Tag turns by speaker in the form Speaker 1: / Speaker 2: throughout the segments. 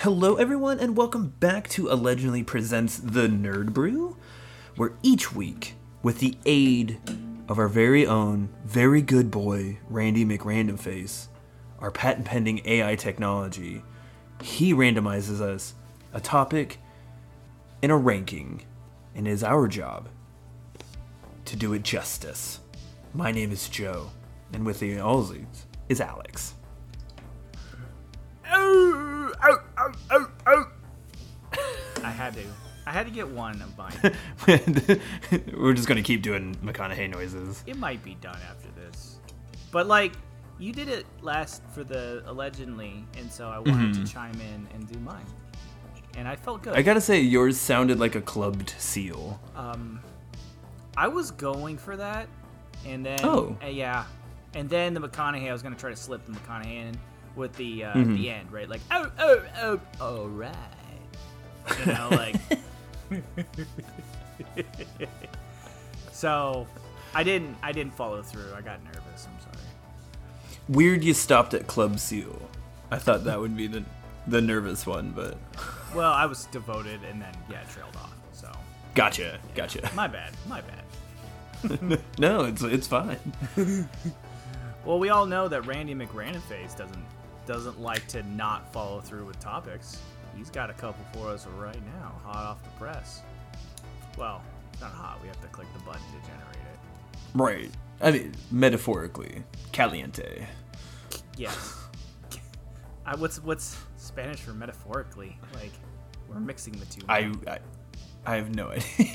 Speaker 1: Hello, everyone, and welcome back to Allegedly Presents the Nerd Brew, where each week, with the aid of our very own, very good boy, Randy McRandomface, our patent pending AI technology, he randomizes us a topic and a ranking, and it is our job to do it justice. My name is Joe, and with the Aussies is Alex.
Speaker 2: I had to. I had to get one of mine.
Speaker 1: We're just gonna keep doing McConaughey noises.
Speaker 2: it might be done after this. But like you did it last for the allegedly, and so I wanted to chime in and do mine. And I felt good.
Speaker 1: I gotta say, yours sounded like a clubbed seal.
Speaker 2: I was going for that, and then
Speaker 1: Oh.
Speaker 2: uh, yeah, and then the McConaughey. I was gonna try to slip the McConaughey in with the uh, the end, right? Like oh oh oh, all right. You know, like. so, I didn't. I didn't follow through. I got nervous. I'm sorry.
Speaker 1: Weird, you stopped at club seal. I thought that would be the the nervous one, but
Speaker 2: Well, I was devoted, and then yeah, trailed off. So,
Speaker 1: gotcha, gotcha.
Speaker 2: my bad. My bad.
Speaker 1: No, it's it's fine.
Speaker 2: Well, we all know that Randy McRandomface doesn't doesn't like to not follow through with topics. He's got a couple for us right now, hot off the press. Well, it's not hot. We have to click the button to generate it.
Speaker 1: Right. I mean, metaphorically, caliente.
Speaker 2: Yes. I, what's what's Spanish for metaphorically? Like we're mixing the two.
Speaker 1: I I, I have no idea.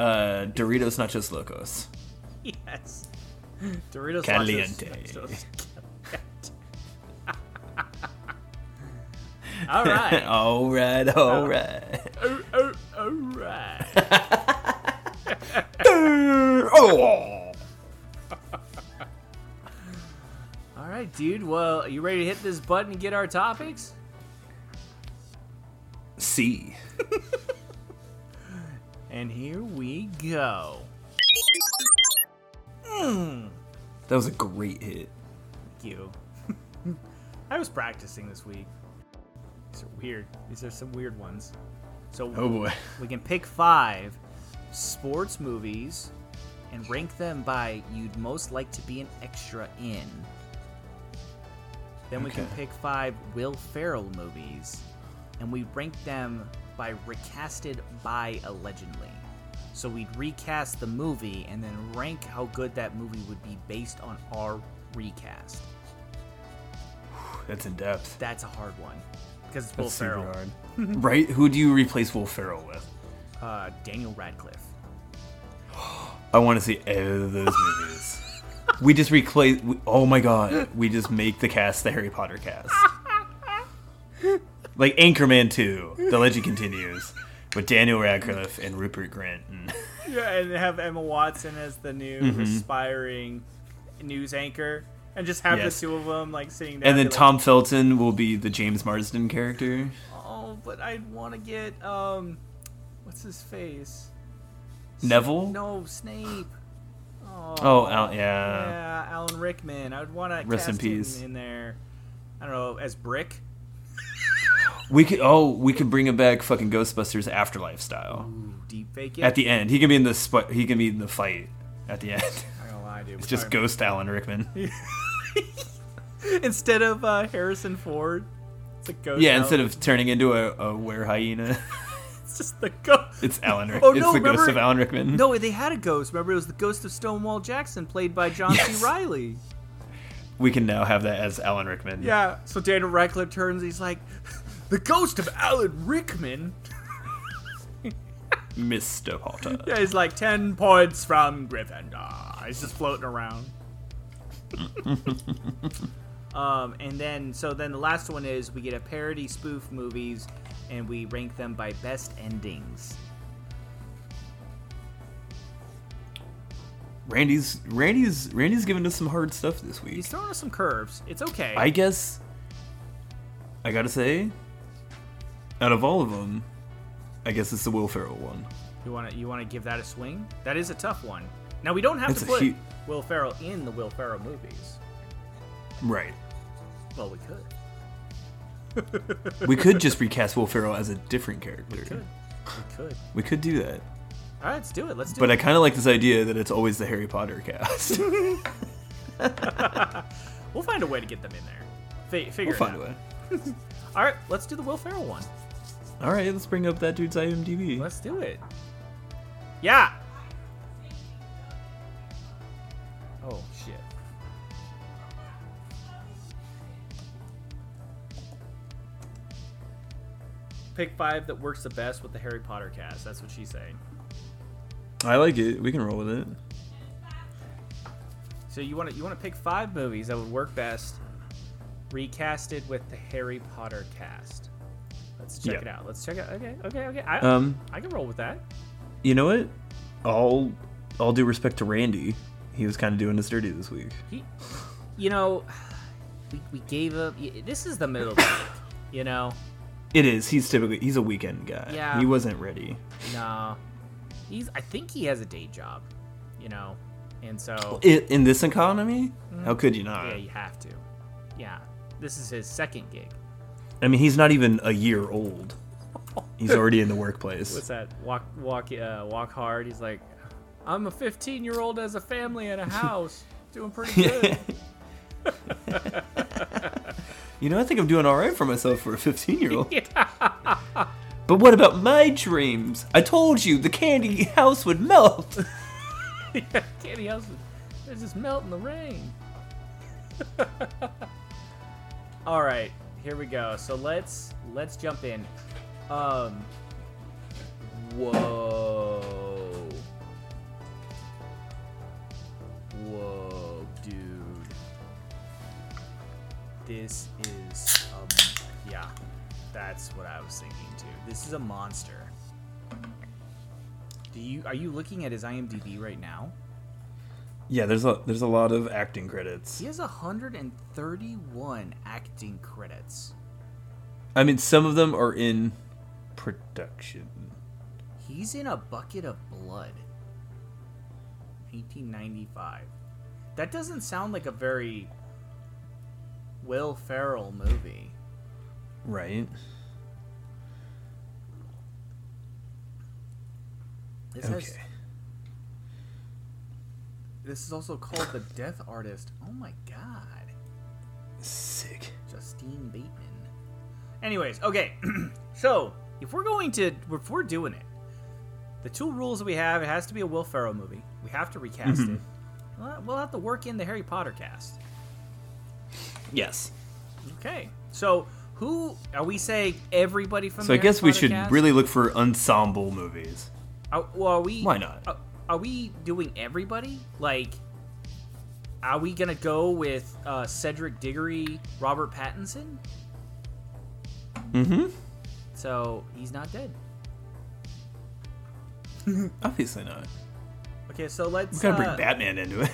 Speaker 1: uh, Doritos Nachos Locos.
Speaker 2: yes. Doritos nachos-
Speaker 1: Caliente.
Speaker 2: nachos- all right.
Speaker 1: all right, all right.
Speaker 2: Oh, oh, all right.
Speaker 1: oh.
Speaker 2: All right, dude. Well, you ready to hit this button and get our topics?
Speaker 1: C.
Speaker 2: And here we go.
Speaker 1: That was a great hit.
Speaker 2: Thank you. I was practicing this week. These are weird. These are some weird ones. So
Speaker 1: Oh boy.
Speaker 2: we can pick five sports movies and rank them by you'd most like to be an extra in. Then we can
Speaker 1: Okay.
Speaker 2: pick five Will Ferrell movies and we rank them by recasted by allegedly. So we'd recast the movie and then rank how good that movie would be based on our recast.
Speaker 1: That's in depth.
Speaker 2: That's a hard one because it's Will
Speaker 1: That's super
Speaker 2: Ferrell,
Speaker 1: hard. right? Who do you replace Will Ferrell with?
Speaker 2: uh, Daniel Radcliffe.
Speaker 1: I want to see all those movies. we just replace. We, oh my god! We just make the cast the Harry Potter cast. like Anchorman Two, the legend continues with Daniel Radcliffe and Rupert Grant. And
Speaker 2: Yeah, and have Emma Watson as the new
Speaker 1: Mm-hmm.
Speaker 2: aspiring news anchor, and just have
Speaker 1: Yes.
Speaker 2: the two of them like sitting down.
Speaker 1: and then
Speaker 2: be like,
Speaker 1: Tom Felton will be the James Marsden character.
Speaker 2: Oh, but I want to get um, what's his face?
Speaker 1: Neville?
Speaker 2: No, Snape. Oh,
Speaker 1: Oh, Al- yeah.
Speaker 2: yeah, Alan Rickman. I would want to
Speaker 1: Rest
Speaker 2: cast
Speaker 1: in
Speaker 2: him
Speaker 1: peace.
Speaker 2: in there. I don't know as Brick.
Speaker 1: We could. Oh, we could bring him back, fucking Ghostbusters Afterlife style.
Speaker 2: Ooh, deep fake it.
Speaker 1: At the end, he can be in the sp- he can be in the fight. At the end,
Speaker 2: I'm not gonna lie, dude.
Speaker 1: it's just Ghost Alan Rickman.
Speaker 2: instead of uh, Harrison Ford. It's a ghost.
Speaker 1: Yeah,
Speaker 2: Alan-
Speaker 1: instead of turning into a, a were hyena,
Speaker 2: it's just the ghost.
Speaker 1: it's Alan Rick.
Speaker 2: Oh,
Speaker 1: it's
Speaker 2: no,
Speaker 1: the ghost
Speaker 2: remember-
Speaker 1: of Alan Rickman.
Speaker 2: No, they had a ghost. Remember, it was the ghost of Stonewall Jackson, played by John
Speaker 1: Yes.
Speaker 2: C. Riley.
Speaker 1: We can now have that as Alan Rickman.
Speaker 2: Yeah. So Daniel Radcliffe turns. He's like, the ghost of Alan Rickman.
Speaker 1: Mr. Potter.
Speaker 2: Yeah, he's like ten points from Gryffindor. He's just floating around. um, and then so then the last one is we get a parody spoof movies, and we rank them by best endings.
Speaker 1: Randy's Randy's Randy's giving us some hard stuff this week.
Speaker 2: He's throwing us some curves. It's okay.
Speaker 1: I guess I gotta say, out of all of them, I guess it's the Will Ferrell one.
Speaker 2: You want to you want to give that a swing? That is a tough one. Now we don't have
Speaker 1: That's
Speaker 2: to
Speaker 1: a
Speaker 2: put
Speaker 1: hu-
Speaker 2: Will Ferrell in the Will Ferrell movies.
Speaker 1: Right.
Speaker 2: Well, we could.
Speaker 1: We could just recast Will Ferrell as a different character. We
Speaker 2: Could. We could.
Speaker 1: We could do that.
Speaker 2: All right, let's do it. Let's do
Speaker 1: But I
Speaker 2: it.
Speaker 1: kind of like this idea that it's always the Harry Potter cast.
Speaker 2: we'll find a way to get them in there. Fi- figure
Speaker 1: we'll
Speaker 2: it
Speaker 1: find
Speaker 2: out.
Speaker 1: a way.
Speaker 2: All right, let's do the Will Ferrell one.
Speaker 1: All right, let's bring up that dude's IMDb.
Speaker 2: Let's do it. Yeah. Oh shit. Pick five that works the best with the Harry Potter cast. That's what she's saying.
Speaker 1: I like it. We can roll with it.
Speaker 2: So you want to you want to pick five movies that would work best, recasted with the Harry Potter cast. Let's check
Speaker 1: Yeah.
Speaker 2: it out. Let's check it. Okay, okay, okay. I,
Speaker 1: Um,
Speaker 2: I can roll with that.
Speaker 1: you know what? All, all due respect to Randy, he was kind of doing us dirty this week.
Speaker 2: He, you know, we, we gave up. y- This is the middle of the week, you know?
Speaker 1: It is. He's typically he's a weekend guy.
Speaker 2: Yeah.
Speaker 1: He wasn't ready.
Speaker 2: No. He's, I think he has a day job, you know? And so,
Speaker 1: I in this economy, how could you not?
Speaker 2: Mm-hmm. yeah, you have to. Yeah. This is his second gig.
Speaker 1: I mean, he's not even a year old. He's already in the workplace.
Speaker 2: What's that? Walk, walk, uh, walk hard. He's like, I'm a 15 year old as a family and a house. Doing pretty good.
Speaker 1: You know, I think I'm doing all right for myself for a 15 year old.
Speaker 2: yeah.
Speaker 1: But what about my dreams? I told you the candy house would melt.
Speaker 2: Candy house, they just melt in the rain. All right, here we go. So let's let's jump in. Um, whoa, whoa, dude, this is um, yeah, that's what I was thinking too. This is a monster. Do you are you looking at his IMDb right now?
Speaker 1: Yeah, there's a there's a lot of acting credits.
Speaker 2: He has 131 acting credits.
Speaker 1: I mean, some of them are in production.
Speaker 2: He's in a bucket of blood. 1895. That doesn't sound like a very Will Ferrell movie.
Speaker 1: Right.
Speaker 2: This has,
Speaker 1: Okay.
Speaker 2: this is also called The Death Artist. Oh my god.
Speaker 1: Sick.
Speaker 2: Justine Bateman. Anyways, okay. so if we're going to, if we're doing it, the two rules that we have: it has to be a Will Ferrell movie. We have to recast it.
Speaker 1: Mm-hmm.
Speaker 2: Well, We'll have to work in the Harry Potter cast.
Speaker 1: Yes.
Speaker 2: Okay. So who are we saying? Everybody from.
Speaker 1: So
Speaker 2: the
Speaker 1: I
Speaker 2: Harry
Speaker 1: guess we
Speaker 2: Potter
Speaker 1: should
Speaker 2: cast?
Speaker 1: really look for ensemble movies.
Speaker 2: Are, well, are we?
Speaker 1: Why not?
Speaker 2: Are, are we doing everybody? Like, are we gonna go with uh, Cedric Diggory, Robert Pattinson?
Speaker 1: Mm-hmm.
Speaker 2: So he's not dead.
Speaker 1: Obviously not.
Speaker 2: Okay, so let's.
Speaker 1: We gotta bring
Speaker 2: uh,
Speaker 1: Batman into it.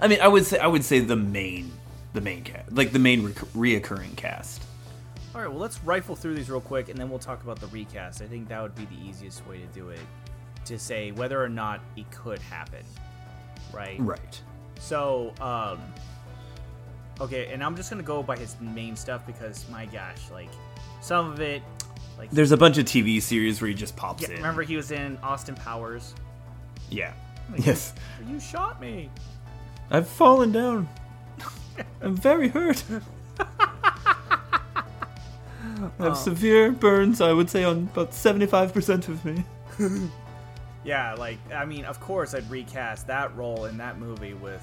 Speaker 1: I mean, I would say I would say the main, the main cast, like the main rec- reoccurring cast.
Speaker 2: All right, well, let's rifle through these real quick, and then we'll talk about the recast. I think that would be the easiest way to do it, to say whether or not it could happen, right?
Speaker 1: Right.
Speaker 2: So, um, okay, and I'm just gonna go by his main stuff because my gosh, like some of it, like
Speaker 1: There's a bunch of TV series where he just pops
Speaker 2: yeah,
Speaker 1: in.
Speaker 2: remember he was in Austin Powers.
Speaker 1: Yeah. Yes.
Speaker 2: You shot me.
Speaker 1: I've fallen down. I'm very hurt. I have severe burns. I would say on about seventy-five percent of me.
Speaker 2: Yeah, like I mean, of course I'd recast that role in that movie with,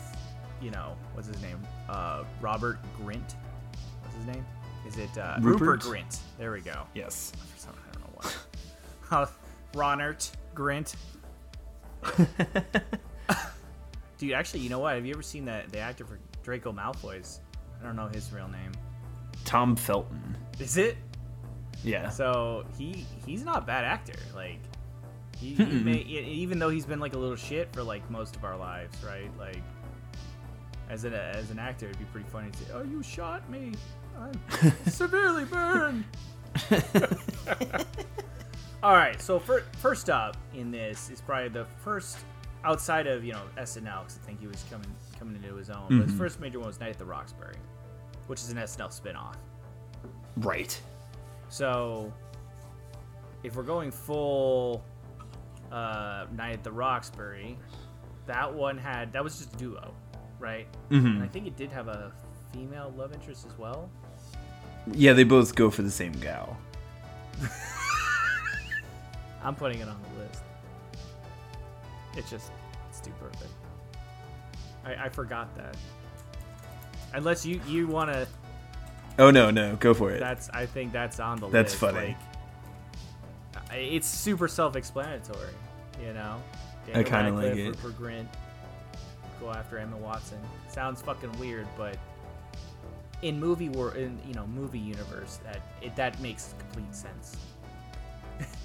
Speaker 2: you know, what's his name? Uh, Robert Grint. What's his name? Is it uh, Rupert
Speaker 1: Rupert?
Speaker 2: Grint? There we go.
Speaker 1: Yes.
Speaker 2: For some- I don't know why. Uh, Ronert Grint. Dude, actually, you know what? Have you ever seen that the actor for Draco Malfoy's? I don't know his real name.
Speaker 1: Tom Felton.
Speaker 2: Is it?
Speaker 1: Yeah.
Speaker 2: So he he's not a bad actor. Like he, he may, e- even though he's been like a little shit for like most of our lives, right? Like as an as an actor, it'd be pretty funny to say, "Oh, you shot me! I'm severely burned." All right. So fir- first up in this is probably the first outside of you know SNL because I think he was coming coming into his own. But his first major one was Night at the Roxbury, which is an SNL spinoff.
Speaker 1: Right.
Speaker 2: So, if we're going full uh, Night at the Roxbury, that one had that was just a duo, right? And I think it did have a female love interest as well.
Speaker 1: Yeah, they both go for the same gal.
Speaker 2: I'm putting it on the list. It's just it's too perfect. I, I forgot that. Unless you you want to,
Speaker 1: Oh no, no, go for it.
Speaker 2: that's I think that's on the
Speaker 1: That's
Speaker 2: list.
Speaker 1: funny.
Speaker 2: like, I- it's super self-explanatory, you know. Daniel
Speaker 1: I kinda like
Speaker 2: Radcliffe,
Speaker 1: it.
Speaker 2: Rupert Grint, go after Emma Watson. Sounds fucking weird, but in movie world, in you know movie universe, that it, that makes complete sense.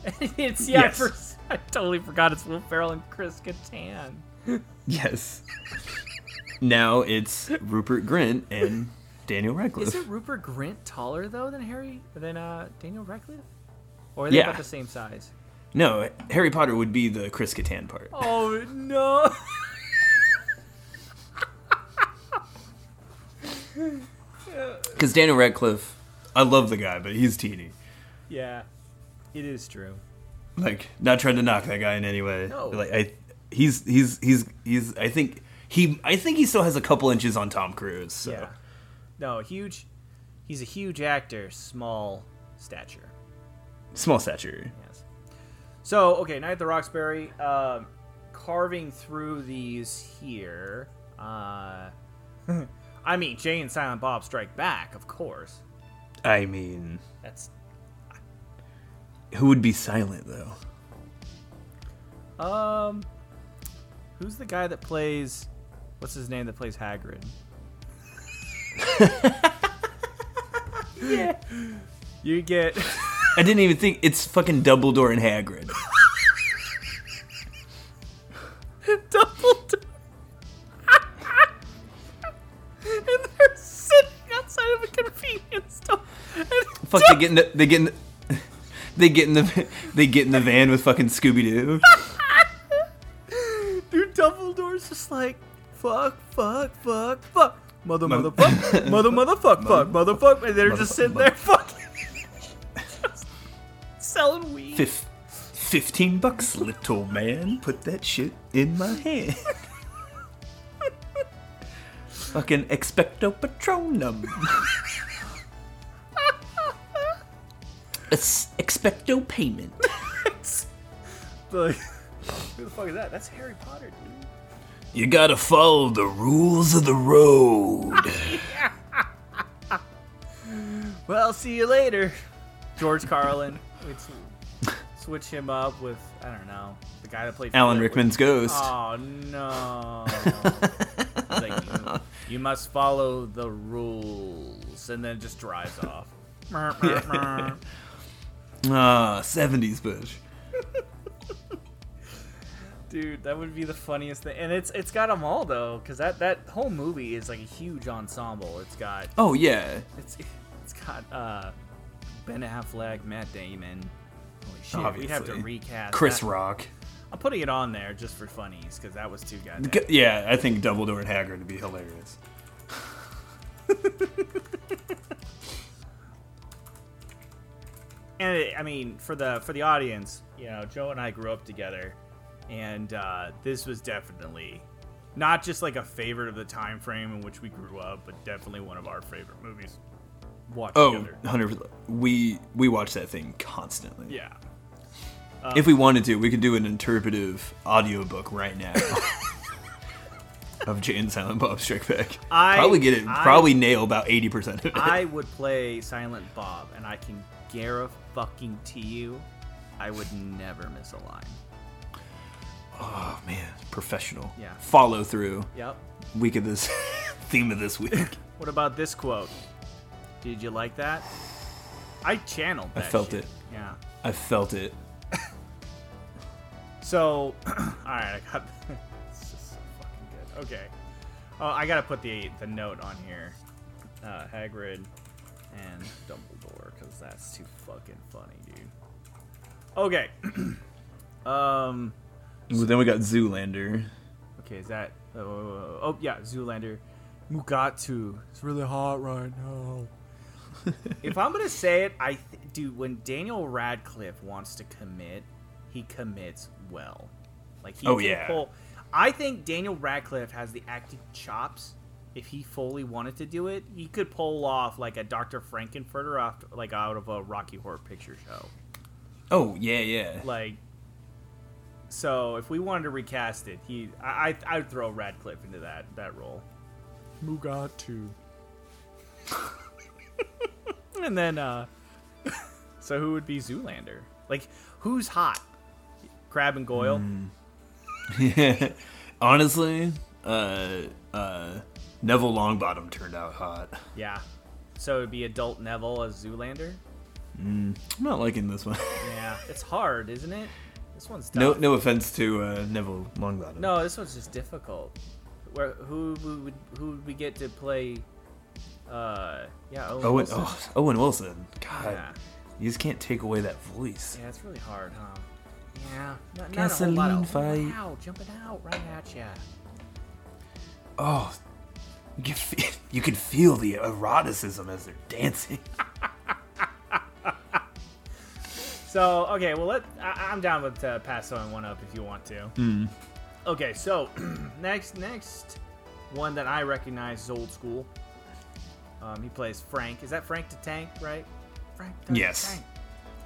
Speaker 2: it's yeah, I,
Speaker 1: Yes.
Speaker 2: for- I totally forgot it's Will Ferrell and Chris Kattan.
Speaker 1: yes. now it's Rupert Grint and Daniel Radcliffe.
Speaker 2: Isn't Rupert Grint taller though than Harry than uh, Daniel Radcliffe? Or are they
Speaker 1: they Yeah.
Speaker 2: about
Speaker 1: about
Speaker 2: the
Speaker 1: the
Speaker 2: same size?
Speaker 1: No, Harry Potter would be the Chris Kattan part.
Speaker 2: Oh no!
Speaker 1: Because Daniel Radcliffe, I love the guy, but he's teeny.
Speaker 2: yeah, it is true.
Speaker 1: Like, not trying to knock that guy in any way.
Speaker 2: No.
Speaker 1: Like, I, he's he's he's he's. I think he I think he still has a couple inches on Tom Cruise. So.
Speaker 2: Yeah, no, huge. He's a huge actor, small stature.
Speaker 1: Small stature.
Speaker 2: Yes. So okay, Night at the Roxbury. Um, carving through these here. Uh, I mean, Jay and Silent Bob Strike Back, of course.
Speaker 1: I mean,
Speaker 2: That's
Speaker 1: who would be silent though?
Speaker 2: Um, who's the guy that plays? What's his name that plays Hagrid? yeah. You get.
Speaker 1: I didn't even think it's fucking Dumbledore and Hagrid.
Speaker 2: Dumbledore. and they're sitting outside of a convenience store. And
Speaker 1: Fuck, they get in the they get in the, they get in the they get in the van with fucking Scooby Doo.
Speaker 2: Dude, Dumbledore's just like, fuck, fuck, fuck, fuck. Mother,
Speaker 1: Mother-
Speaker 2: mother, fuck. Mother, mother, fuck, fuck, mother, fuck. And they're just
Speaker 1: motherfuck,
Speaker 2: sitting there fucking. just selling weed.
Speaker 1: Fif- Fifteen bucks, little man. Put that shit in my hand. fucking expecto patronum. Es- expecto payment.
Speaker 2: Like, who the fuck is that? That's Harry Potter, dude.
Speaker 1: You gotta follow the rules of the road.
Speaker 2: Well, see you later, George Carlin. We'd sw- switch him up with, I don't know, the guy that played
Speaker 1: Alan
Speaker 2: Flip.
Speaker 1: Rickman's ghost.
Speaker 2: Oh no! Like, you, you must follow the rules, and then just drives off. Mer, mer, mer.
Speaker 1: Ah, 70s Bush.
Speaker 2: Dude, that would be the funniest thing, and it's it's got them all though, because that that whole movie is like a huge ensemble. It's got
Speaker 1: Oh, yeah.
Speaker 2: it's it's got uh Ben Affleck, Matt Damon. Holy shit, we'd have to
Speaker 1: Obviously.
Speaker 2: recast
Speaker 1: Chris
Speaker 2: that.
Speaker 1: Rock.
Speaker 2: I'm putting it on there just for funnies, because that was too goddamn.
Speaker 1: G- Yeah, I think Dumbledore and Hagrid would be hilarious.
Speaker 2: and it, I mean for the for the audience, you know, Joe and I grew up together, and uh, this was definitely not just like a favorite of the time frame in which we grew up, but definitely one of our favorite movies. Watched
Speaker 1: Oh,
Speaker 2: together.
Speaker 1: 100%. We, we watch that thing constantly.
Speaker 2: yeah,
Speaker 1: If we wanted to, we could do an interpretive audiobook right now of Jay and Silent Bob Strike Back.
Speaker 2: I-
Speaker 1: probably get it,
Speaker 2: I-
Speaker 1: probably nail about 80% of it.
Speaker 2: I would play Silent Bob, and I can guarantee fucking to you, I would never miss a line.
Speaker 1: oh, man. Professional.
Speaker 2: Yeah.
Speaker 1: Follow through.
Speaker 2: Yep.
Speaker 1: Week of this theme of this week.
Speaker 2: What about this quote? Did you like that? I channeled.
Speaker 1: I
Speaker 2: That
Speaker 1: felt
Speaker 2: shit.
Speaker 1: it.
Speaker 2: Yeah.
Speaker 1: I felt it.
Speaker 2: So, all right, I got. This is so fucking good. Okay, oh, I gotta put the the note on here. Uh, Hagrid and Dumbledore, because that's too fucking funny, dude. Okay. um.
Speaker 1: Well, then we got Zoolander.
Speaker 2: Okay, is that? Oh, oh, oh, oh yeah, Zoolander. Mugatu. It's really hot right now. if I'm gonna say it, I th- dude, when Daniel Radcliffe wants to commit, he commits well. Like he
Speaker 1: Oh,
Speaker 2: can
Speaker 1: yeah.
Speaker 2: pull. I think Daniel Radcliffe has the acting chops. If he fully wanted to do it, he could pull off like a Dr. Frankenfurter off like out of a Rocky Horror Picture Show.
Speaker 1: Oh yeah, yeah.
Speaker 2: Like, so if we wanted to recast it, he I I, I would throw Radcliffe into that that role.
Speaker 3: Mugatu.
Speaker 2: And then, uh, so who would be Zoolander? Like, who's hot? Crab and Goyle?
Speaker 1: Honestly, uh, uh, Neville Longbottom turned out hot.
Speaker 2: Yeah. So it'd be adult Neville as Zoolander?
Speaker 1: I'm not liking this one.
Speaker 2: Yeah. It's hard, isn't it? This one's tough.
Speaker 1: no, no offense to uh, Neville Longbottom.
Speaker 2: No, this one's just difficult. Where who would who would we get to play? Uh, yeah, Owen.
Speaker 1: Owen,
Speaker 2: Wilson.
Speaker 1: oh, Owen Wilson. God,
Speaker 2: Yeah.
Speaker 1: you just can't take away that voice.
Speaker 2: yeah, it's really hard, huh? Yeah, not, not a whole lot of
Speaker 1: Gasoline fight.
Speaker 2: wow, jumping out right at ya.
Speaker 1: Oh, you can feel, you can feel the eroticism as they're dancing.
Speaker 2: So okay, well let I, I'm down with uh, pass on one up if you want to.
Speaker 1: Hmm.
Speaker 2: Okay, so next next one that I recognize is old school. Um, he plays Frank. Is that Frank the Tank, right? Frank. The
Speaker 1: Yes.
Speaker 2: Tank.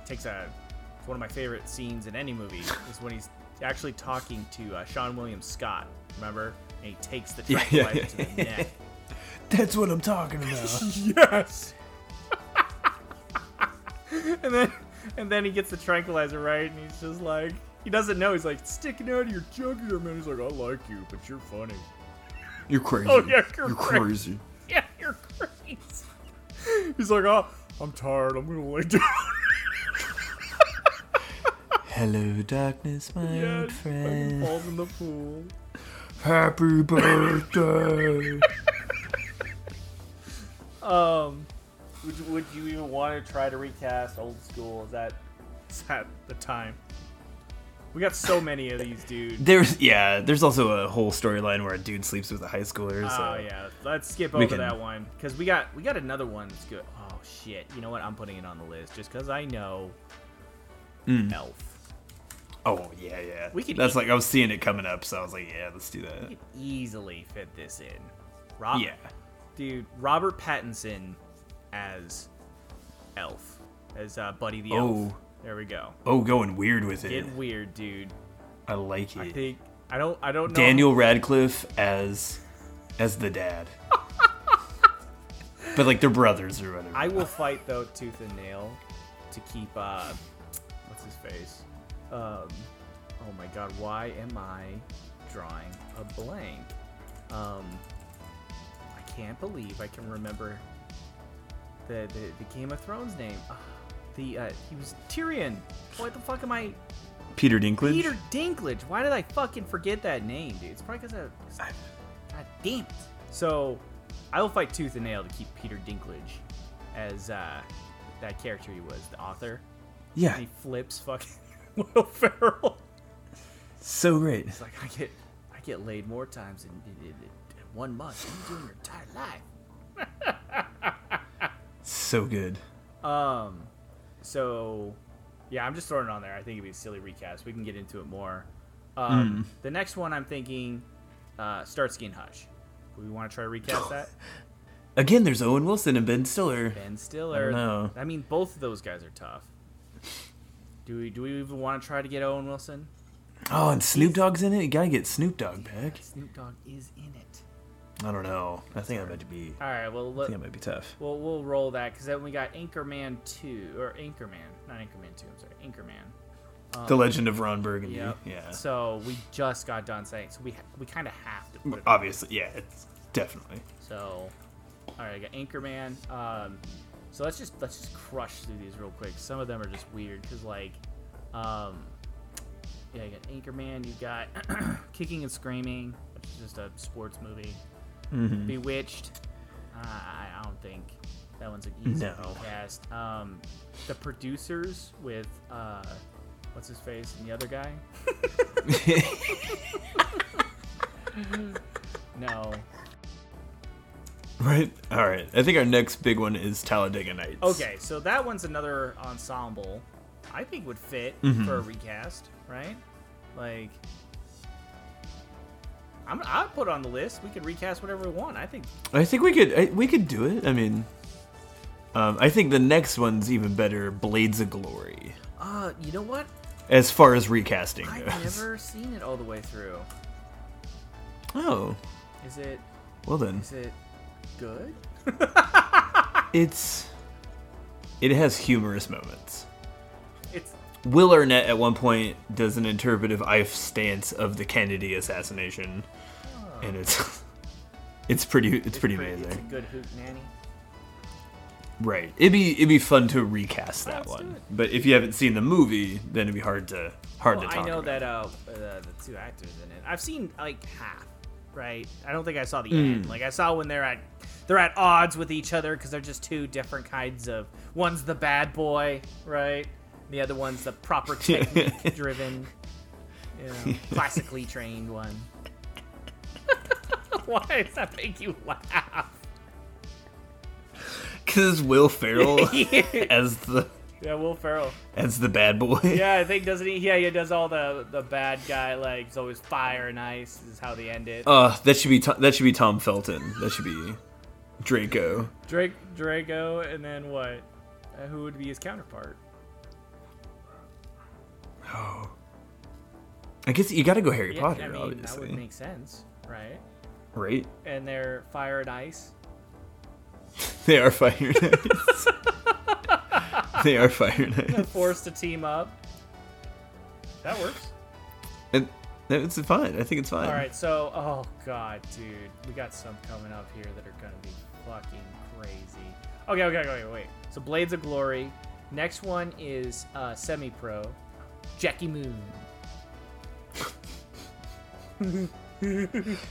Speaker 2: Takes a it's one of my favorite scenes in any movie is when he's actually talking to uh, Sean William Scott. Remember? And he takes the
Speaker 1: Yeah,
Speaker 2: tranquilizer
Speaker 1: yeah, yeah.
Speaker 2: to the neck.
Speaker 1: That's what I'm talking about.
Speaker 2: Yes. and then and then he gets the tranquilizer right, and he's just like he doesn't know. He's like sticking out of your jugular, man. He's like, I like you, but you're funny.
Speaker 1: You're crazy.
Speaker 2: Oh, yeah, you're
Speaker 1: crazy.
Speaker 2: crazy. Yeah, you're crazy. He's like, oh, I'm tired. I'm gonna lay down.
Speaker 1: Hello, darkness, my
Speaker 2: Yeah,
Speaker 1: old
Speaker 2: he fucking
Speaker 1: friend.
Speaker 2: falls in the pool.
Speaker 1: Happy birthday.
Speaker 2: Um, would, would you even want to try to recast old school? Is that is that the time? We got so many of these, dude.
Speaker 1: There's yeah. There's also a whole storyline where a dude sleeps with a high schooler. So.
Speaker 2: Oh yeah, let's skip
Speaker 1: We
Speaker 2: over
Speaker 1: can-
Speaker 2: that one because we got we got another one that's good. Oh shit, you know what? I'm putting it on the list just because I know.
Speaker 1: Mm.
Speaker 2: Elf.
Speaker 1: Oh yeah, yeah.
Speaker 2: We could
Speaker 1: That's
Speaker 2: eat-
Speaker 1: like I was seeing it coming up, so I was like, yeah, let's do that.
Speaker 2: You could easily fit this in. Rob,
Speaker 1: Yeah.
Speaker 2: dude, Robert Pattinson as Elf, as uh, Buddy the Elf.
Speaker 1: Oh.
Speaker 2: There we go.
Speaker 1: Oh, going weird with it.
Speaker 2: Get weird, dude.
Speaker 1: I like
Speaker 2: I
Speaker 1: it.
Speaker 2: think I don't I don't know.
Speaker 1: Daniel Radcliffe as as the dad. but like they're brothers or whatever.
Speaker 2: I will fight though tooth and nail to keep uh what's his face? Um oh my god, why am I drawing a blank? Um I can't believe I can remember the the, the Game of Thrones name. Ah, the uh he was Tyrion. What the fuck am I
Speaker 1: Peter Dinklage.
Speaker 2: Peter Dinklage. Why did I fucking forget that name, dude? It's probably because I. God damn it. So, I will fight tooth and nail to keep Peter Dinklage as uh, that character he was, the author.
Speaker 1: Yeah,
Speaker 2: And he flips fucking Will Ferrell.
Speaker 1: so great.
Speaker 2: It's like I get, I get laid more times in, in, in, in one month than you do in your entire life.
Speaker 1: So good.
Speaker 2: Um, so yeah, I'm just throwing it on there. I think it'd be a silly recast. We can get into it more. Um, The next one I'm thinking, uh, Starsky and Hush. We want to try to recast that.
Speaker 1: Again, there's Owen Wilson and Ben Stiller.
Speaker 2: Ben Stiller.
Speaker 1: I don't know.
Speaker 2: I mean, both of those guys are tough. Do we do we even want to try to get Owen Wilson?
Speaker 1: Oh, and Snoop Dogg's in it. You gotta get Snoop Dogg back.
Speaker 2: Snoop Dogg is in it.
Speaker 1: I don't know. I think that might be.
Speaker 2: All right. Well,
Speaker 1: I
Speaker 2: let,
Speaker 1: think that might be tough.
Speaker 2: Well, we'll roll that because then we got Anchorman two or Anchorman, not Anchorman two. I'm sorry, Anchorman.
Speaker 1: the Legend of Ron Burgundy. Yeah.
Speaker 2: Um, So we just got done saying, so we we kind of have to put it.
Speaker 1: Obviously, yeah, it's definitely.
Speaker 2: So, all right, I got Anchorman. Um, so let's just let's just crush through these real quick. Some of them are just weird because like, um, yeah, you got Anchorman. You got Kicking and Screaming, which is just a sports movie. Bewitched. Uh, I I don't think that one's an easy
Speaker 1: No.
Speaker 2: cast. Um, the producers with uh, what's his face and the other guy. no.
Speaker 1: Right? All right. I think our next big one is Talladega Nights.
Speaker 2: Okay, so that one's another ensemble. I think would fit
Speaker 1: Mm-hmm.
Speaker 2: for a recast, right? Like, I'm I put it on the list. We could recast whatever we want. I think
Speaker 1: I think we could I, we could do it. I mean, um, I think the next one's even better. Blades of Glory,
Speaker 2: Uh, you know what?
Speaker 1: as far as recasting
Speaker 2: I've
Speaker 1: goes.
Speaker 2: never seen it all the way through.
Speaker 1: Oh,
Speaker 2: Is it
Speaker 1: well then,
Speaker 2: is it good?
Speaker 1: it's it has humorous moments.
Speaker 2: It's
Speaker 1: Will Arnett at one point does an interpretive IF stance of the Kennedy assassination, and it's it's pretty it's, pretty,
Speaker 2: It's a
Speaker 1: amazing.
Speaker 2: good hoot nanny.
Speaker 1: Right? It'd be it'd be fun to recast that
Speaker 2: Let's do
Speaker 1: one.
Speaker 2: it.
Speaker 1: But if you haven't seen the movie, then it'd be hard to hard
Speaker 2: Well,
Speaker 1: to
Speaker 2: I
Speaker 1: talk.
Speaker 2: know
Speaker 1: about.
Speaker 2: that uh, uh, the two actors in it. I've seen like half, right? I don't think I
Speaker 1: Hmm.
Speaker 2: saw the end. Like I saw when they're at they're at odds with each other because they're just two different kinds of. One's the bad boy, right? The other one's the proper technique driven, you know, classically trained one. Why does that make you laugh?
Speaker 1: Because Will Ferrell
Speaker 2: yeah,
Speaker 1: as the
Speaker 2: Will Ferrell.
Speaker 1: as the bad boy.
Speaker 2: Yeah, I think doesn't he? Yeah, he does all the the bad guy like it's always fire and ice is how they end it.
Speaker 1: Uh, that should be to- that should be Tom Felton. That should be Draco.
Speaker 2: Drake, Draco, and then what? Uh, who would be his counterpart?
Speaker 1: Oh, I guess you got to go Harry Potter,
Speaker 2: I mean, that
Speaker 1: obviously,
Speaker 2: would make sense, right?
Speaker 1: right?
Speaker 2: And they're fire and ice.
Speaker 1: They are Fire Knights. they are Fire Knights,
Speaker 2: Forced to team up. That works.
Speaker 1: and that- it's fine. I think it's fine.
Speaker 2: All right, so oh god, dude, we got some coming up here that are gonna be fucking crazy. Okay, okay, okay, wait. So Blades of Glory. Next one is uh, Semi Pro, Jackie Moon.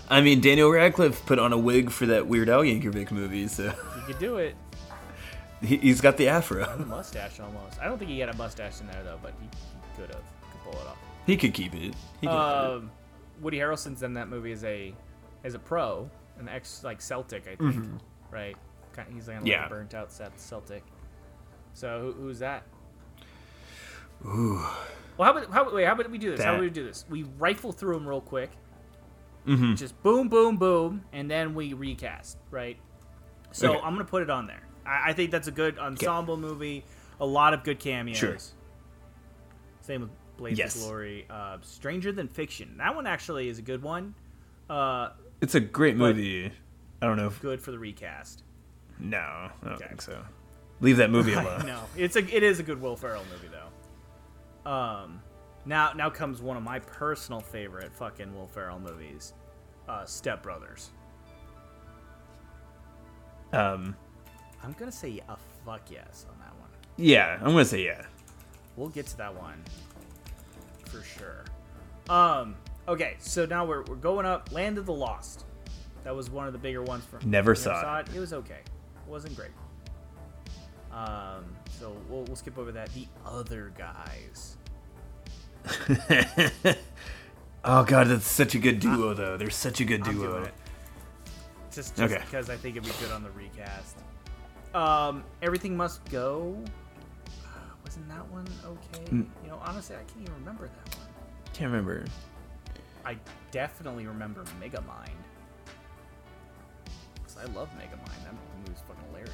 Speaker 1: I mean, Daniel Radcliffe put on a wig for that Weird Al Yankovic movie, so
Speaker 2: You could do it.
Speaker 1: he, he's got the afro.
Speaker 2: Mustache almost. I don't think he had a mustache in there though, but he, he could have. Could pull it off.
Speaker 1: He could keep it. He could have it.
Speaker 2: um, Woody Harrelson's in that movie as a as a pro, an ex like Celtic, I think, right? Kind he's like a
Speaker 1: Mm-hmm. Yeah.
Speaker 2: burnt out Celt- Celtic. So who, who's that?
Speaker 1: Ooh.
Speaker 2: Well, how about how, wait, how about we do this? How
Speaker 1: That-
Speaker 2: about we do this? We rifle through them real quick,
Speaker 1: Mm-hmm.
Speaker 2: just boom, boom, boom, and then we recast, right? So
Speaker 1: Okay.
Speaker 2: I'm gonna put it on there. I, I think that's a good ensemble movie. A lot of good cameos.
Speaker 1: Sure.
Speaker 2: Same with Blades
Speaker 1: Yes.
Speaker 2: of Glory. Uh, Stranger Than Fiction. That one actually is a good one. Uh,
Speaker 1: It's a great movie. I don't know if
Speaker 2: good for the recast.
Speaker 1: No, I don't
Speaker 2: Okay.
Speaker 1: think so. Leave that movie alone.
Speaker 2: No, it's a it is a good Will Ferrell movie though. Um, now now comes one of my personal favorite fucking Will Ferrell movies, uh, Step Brothers.
Speaker 1: Um,
Speaker 2: I'm gonna say a fuck yes on that one.
Speaker 1: yeah, I'm gonna say yeah.
Speaker 2: We'll get to that one for sure. Um, okay, so now we're we're going up Land of the Lost. That was one of the bigger ones from.
Speaker 1: Never saw it.
Speaker 2: it. It was okay. It wasn't great. Um, so we'll, we'll skip over that. The other guys.
Speaker 1: oh god, that's such a good duo though. They're such a good
Speaker 2: I'm
Speaker 1: duo.
Speaker 2: doing it. Just, just
Speaker 1: Okay.
Speaker 2: because I think it'd be good on the recast. Um, Everything Must Go. Uh, Wasn't that one okay?
Speaker 1: Mm.
Speaker 2: You know, honestly, I can't even remember that one.
Speaker 1: Can't remember.
Speaker 2: I definitely remember Megamind. Because I love Megamind. That movie's fucking hilarious.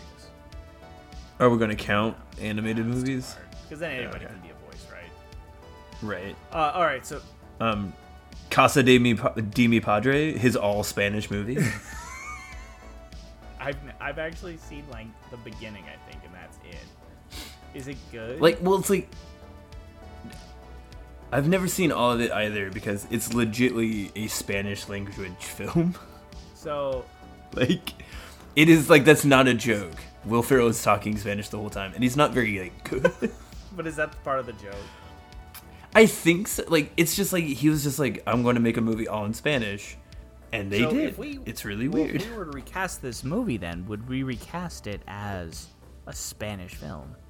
Speaker 1: Are we gonna count animated movies?
Speaker 2: Because then anybody
Speaker 1: Okay.
Speaker 2: can be a voice, right?
Speaker 1: Right.
Speaker 2: Uh, all right, so
Speaker 1: Um, Casa de mi, Pa- de mi Padre, his all Spanish movie.
Speaker 2: I've I've actually seen like the beginning, I think, and that's it. Is it good?
Speaker 1: like, well, it's like. I've never seen all of it either because it's legitly a Spanish language film.
Speaker 2: so,
Speaker 1: Like, it is like that's not a joke. Will Ferrell is talking Spanish the whole time, and he's not very like good.
Speaker 2: but is that part of the joke?
Speaker 1: I think so. Like, it's just like he was just like, I'm going to make a movie all in Spanish, and they
Speaker 2: so
Speaker 1: did.
Speaker 2: If we,
Speaker 1: it's really
Speaker 2: well,
Speaker 1: weird.
Speaker 2: If we were to recast this movie, then would we recast it as a Spanish film?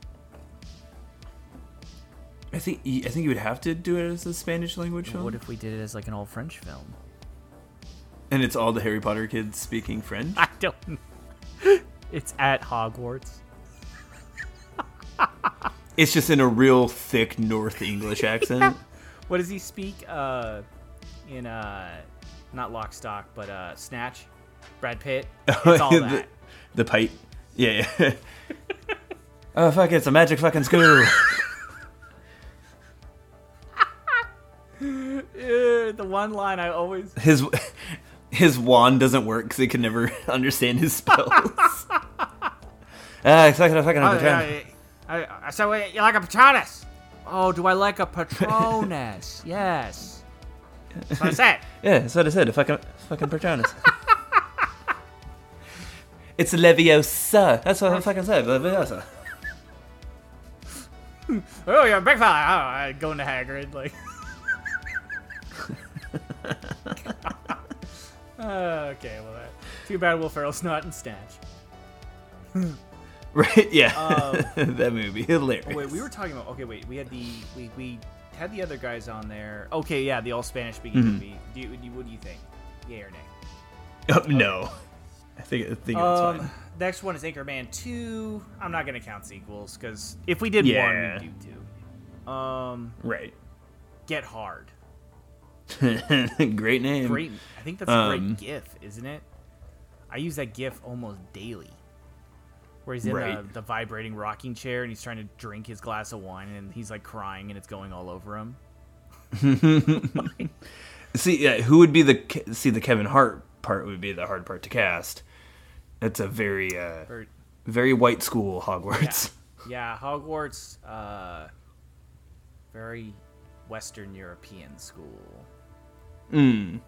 Speaker 1: I think I think you would have to do it as a Spanish language film,
Speaker 2: What if we did it as like an old French film?
Speaker 1: and it's all the Harry Potter kids speaking French.
Speaker 2: I don't. know. It's at Hogwarts.
Speaker 1: It's just in a real thick North English accent.
Speaker 2: What does he speak? Uh, in uh, not Lock, Stock, but uh, Snatch. Brad Pitt. It's all
Speaker 1: the,
Speaker 2: that.
Speaker 1: The pipe. Yeah. yeah. oh fuck! It's a magic fucking school.
Speaker 2: Ew, the one line I always.
Speaker 1: His his wand doesn't work because he can never understand his spells. Ah, it's like a
Speaker 2: Oh,
Speaker 1: fucking vagina.
Speaker 2: I, I, I said, "Wait, you like a patronus? Oh, do I like a patronus? yes. That's what I said.
Speaker 1: Yeah, that's what I said. A fucking fucking patronus. it's a leviosa. That's what I fucking said. Leviosa.
Speaker 2: Oh, you're a big fella. Oh, I go into Hagrid like. Uh, okay, well, that, too bad Will Ferrell's not in Snatch.
Speaker 1: Right? Yeah. that movie hilarious.
Speaker 2: Um, Oh, wait, we were talking about. Okay, wait, we had the we, we had the other guys on there. Okay, yeah, the all Spanish speaking
Speaker 1: Mm-hmm.
Speaker 2: movie. Do you, do you- what do you think? Yay or nay?
Speaker 1: Oh, no. I think I think it's
Speaker 2: Um,
Speaker 1: fine.
Speaker 2: next one is Anchorman Two. I'm not gonna count sequels because if we did
Speaker 1: Yeah.
Speaker 2: one, we do two. Um,
Speaker 1: Right.
Speaker 2: Get Hard.
Speaker 1: great name.
Speaker 2: Great. I think that's a
Speaker 1: Mm. Um,
Speaker 2: great GIF, isn't it? I use that GIF almost daily. Where he's in
Speaker 1: Right.
Speaker 2: the, the vibrating rocking chair and he's trying to drink his glass of wine and he's like crying and it's going all over him.
Speaker 1: See, yeah, who would be the Ke- see the Kevin Hart part would be the hard part to cast. It's a very uh,
Speaker 2: Or-
Speaker 1: very white school Hogwarts.
Speaker 2: yeah, Hogwarts, uh, very Western European school.
Speaker 1: Hmm.
Speaker 2: Mm.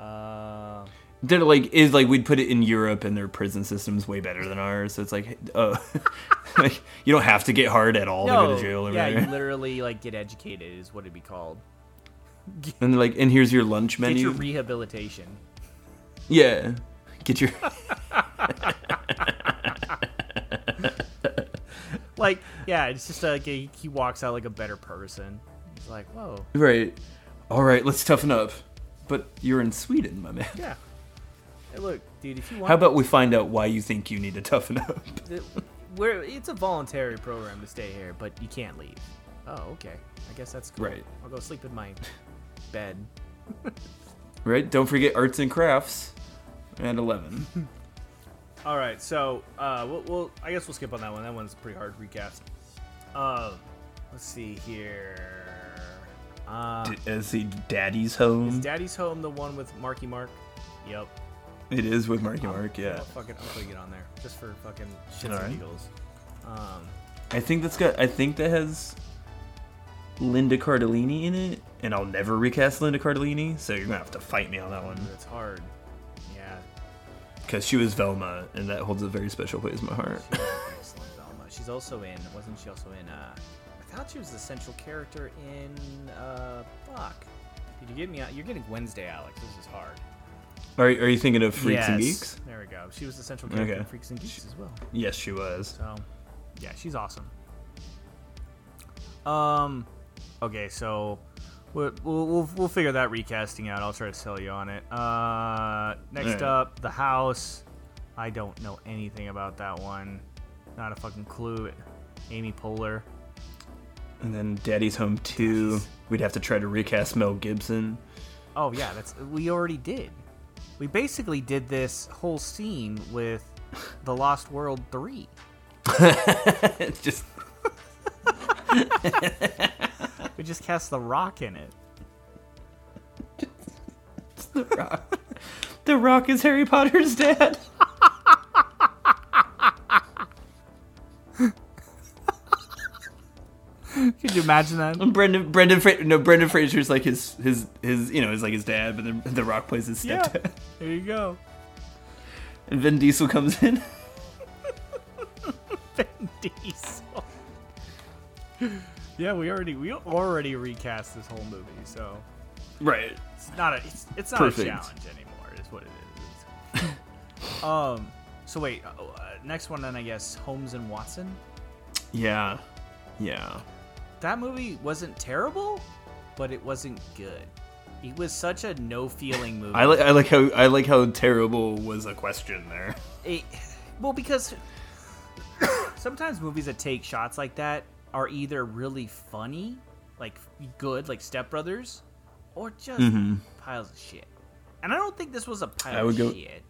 Speaker 2: Uh,
Speaker 1: They're like is like we'd put it in Europe and their prison system's way better than ours. So it's like, uh, like you don't have to get hard at all to go to jail or
Speaker 2: oh, yeah, you
Speaker 1: whatever.
Speaker 2: literally like get educated is what it'd be called.
Speaker 1: And they're like, and here's your lunch
Speaker 2: Get your
Speaker 1: menu.
Speaker 2: rehabilitation.
Speaker 1: yeah, get your
Speaker 2: Like, yeah, it's just uh, like he he walks out like a better person. He's like, whoa,
Speaker 1: right. All right, let's toughen up. But you're in Sweden, my man.
Speaker 2: yeah. Hey, look, dude, if you want,
Speaker 1: How about we find out why you think you need to toughen up?
Speaker 2: the- we're it's a voluntary program to stay here, but you can't leave. Oh, okay. I guess that's cool.
Speaker 1: Right.
Speaker 2: I'll go sleep in my bed.
Speaker 1: Right? Don't forget arts and crafts at 11.
Speaker 2: All right, so uh, we'll, we'll I guess we'll skip on that one. That one's pretty hard to recast. Uh, let's see here. Uh,
Speaker 1: D- Is he daddy's home?
Speaker 2: Is Daddy's Home the one with Marky Mark? Yep.
Speaker 1: it is with Marky Mark, yeah.
Speaker 2: I'll fucking I'll put it on there just for fucking shits
Speaker 1: Alright.
Speaker 2: and giggles. Um,
Speaker 1: I think that's got, I think that has Linda Cardellini in it, and I'll never recast Linda Cardellini, so you're gonna have to fight me on that one.
Speaker 2: it's hard. Yeah.
Speaker 1: Because she was Velma, and that holds a very special place in my heart.
Speaker 2: she was an excellent Velma. She's also in. Wasn't she also in? Uh, I thought she was the central character in. Uh, fuck. Did you get me? You're getting Wednesday, Alex. This is hard.
Speaker 1: Are, are you thinking of Freaks and
Speaker 2: Yes.
Speaker 1: Geeks?
Speaker 2: There we go. She was the central character in
Speaker 1: Okay.
Speaker 2: Freaks and Geeks as well.
Speaker 1: Yes, she was.
Speaker 2: So, yeah, she's awesome. Um, okay, so we'll we'll, we'll, we'll figure that recasting out. I'll try to sell you on it. Uh, next
Speaker 1: Alright.
Speaker 2: up, the house. I don't know anything about that one. Not a fucking clue. Amy Poehler.
Speaker 1: And then Daddy's Home 2, we'd have to try to recast Mel Gibson.
Speaker 2: Oh yeah, that's we already did. We basically did this whole scene with the Lost World three.
Speaker 1: it's just,
Speaker 2: We just cast the Rock in it.
Speaker 1: The Rock. the Rock is Harry Potter's dad.
Speaker 2: Could you imagine that?
Speaker 1: Brendan Brendan Fra- no Brendan Fraser's like his his his you know is like his dad, but then The Rock plays his
Speaker 2: Yeah.
Speaker 1: stepdad,
Speaker 2: There you go.
Speaker 1: and Vin Diesel comes in.
Speaker 2: Vin Diesel. yeah, we already we already recast this whole movie, so
Speaker 1: Right.
Speaker 2: it's not a it's, it's not
Speaker 1: Perfect.
Speaker 2: a challenge anymore. Is what it is. um. So wait, uh, uh, next one then I guess Holmes and Watson.
Speaker 1: Yeah. Yeah.
Speaker 2: That movie wasn't terrible, but it wasn't good. It was such a no feeling movie.
Speaker 1: I like I like how I like how terrible was a question there.
Speaker 2: it, Well, because sometimes movies that take shots like that are either really funny, like good, like Step Brothers, or just piles of shit. And I don't think this was a pile
Speaker 1: Mm-hmm. I would
Speaker 2: of
Speaker 1: go-
Speaker 2: shit,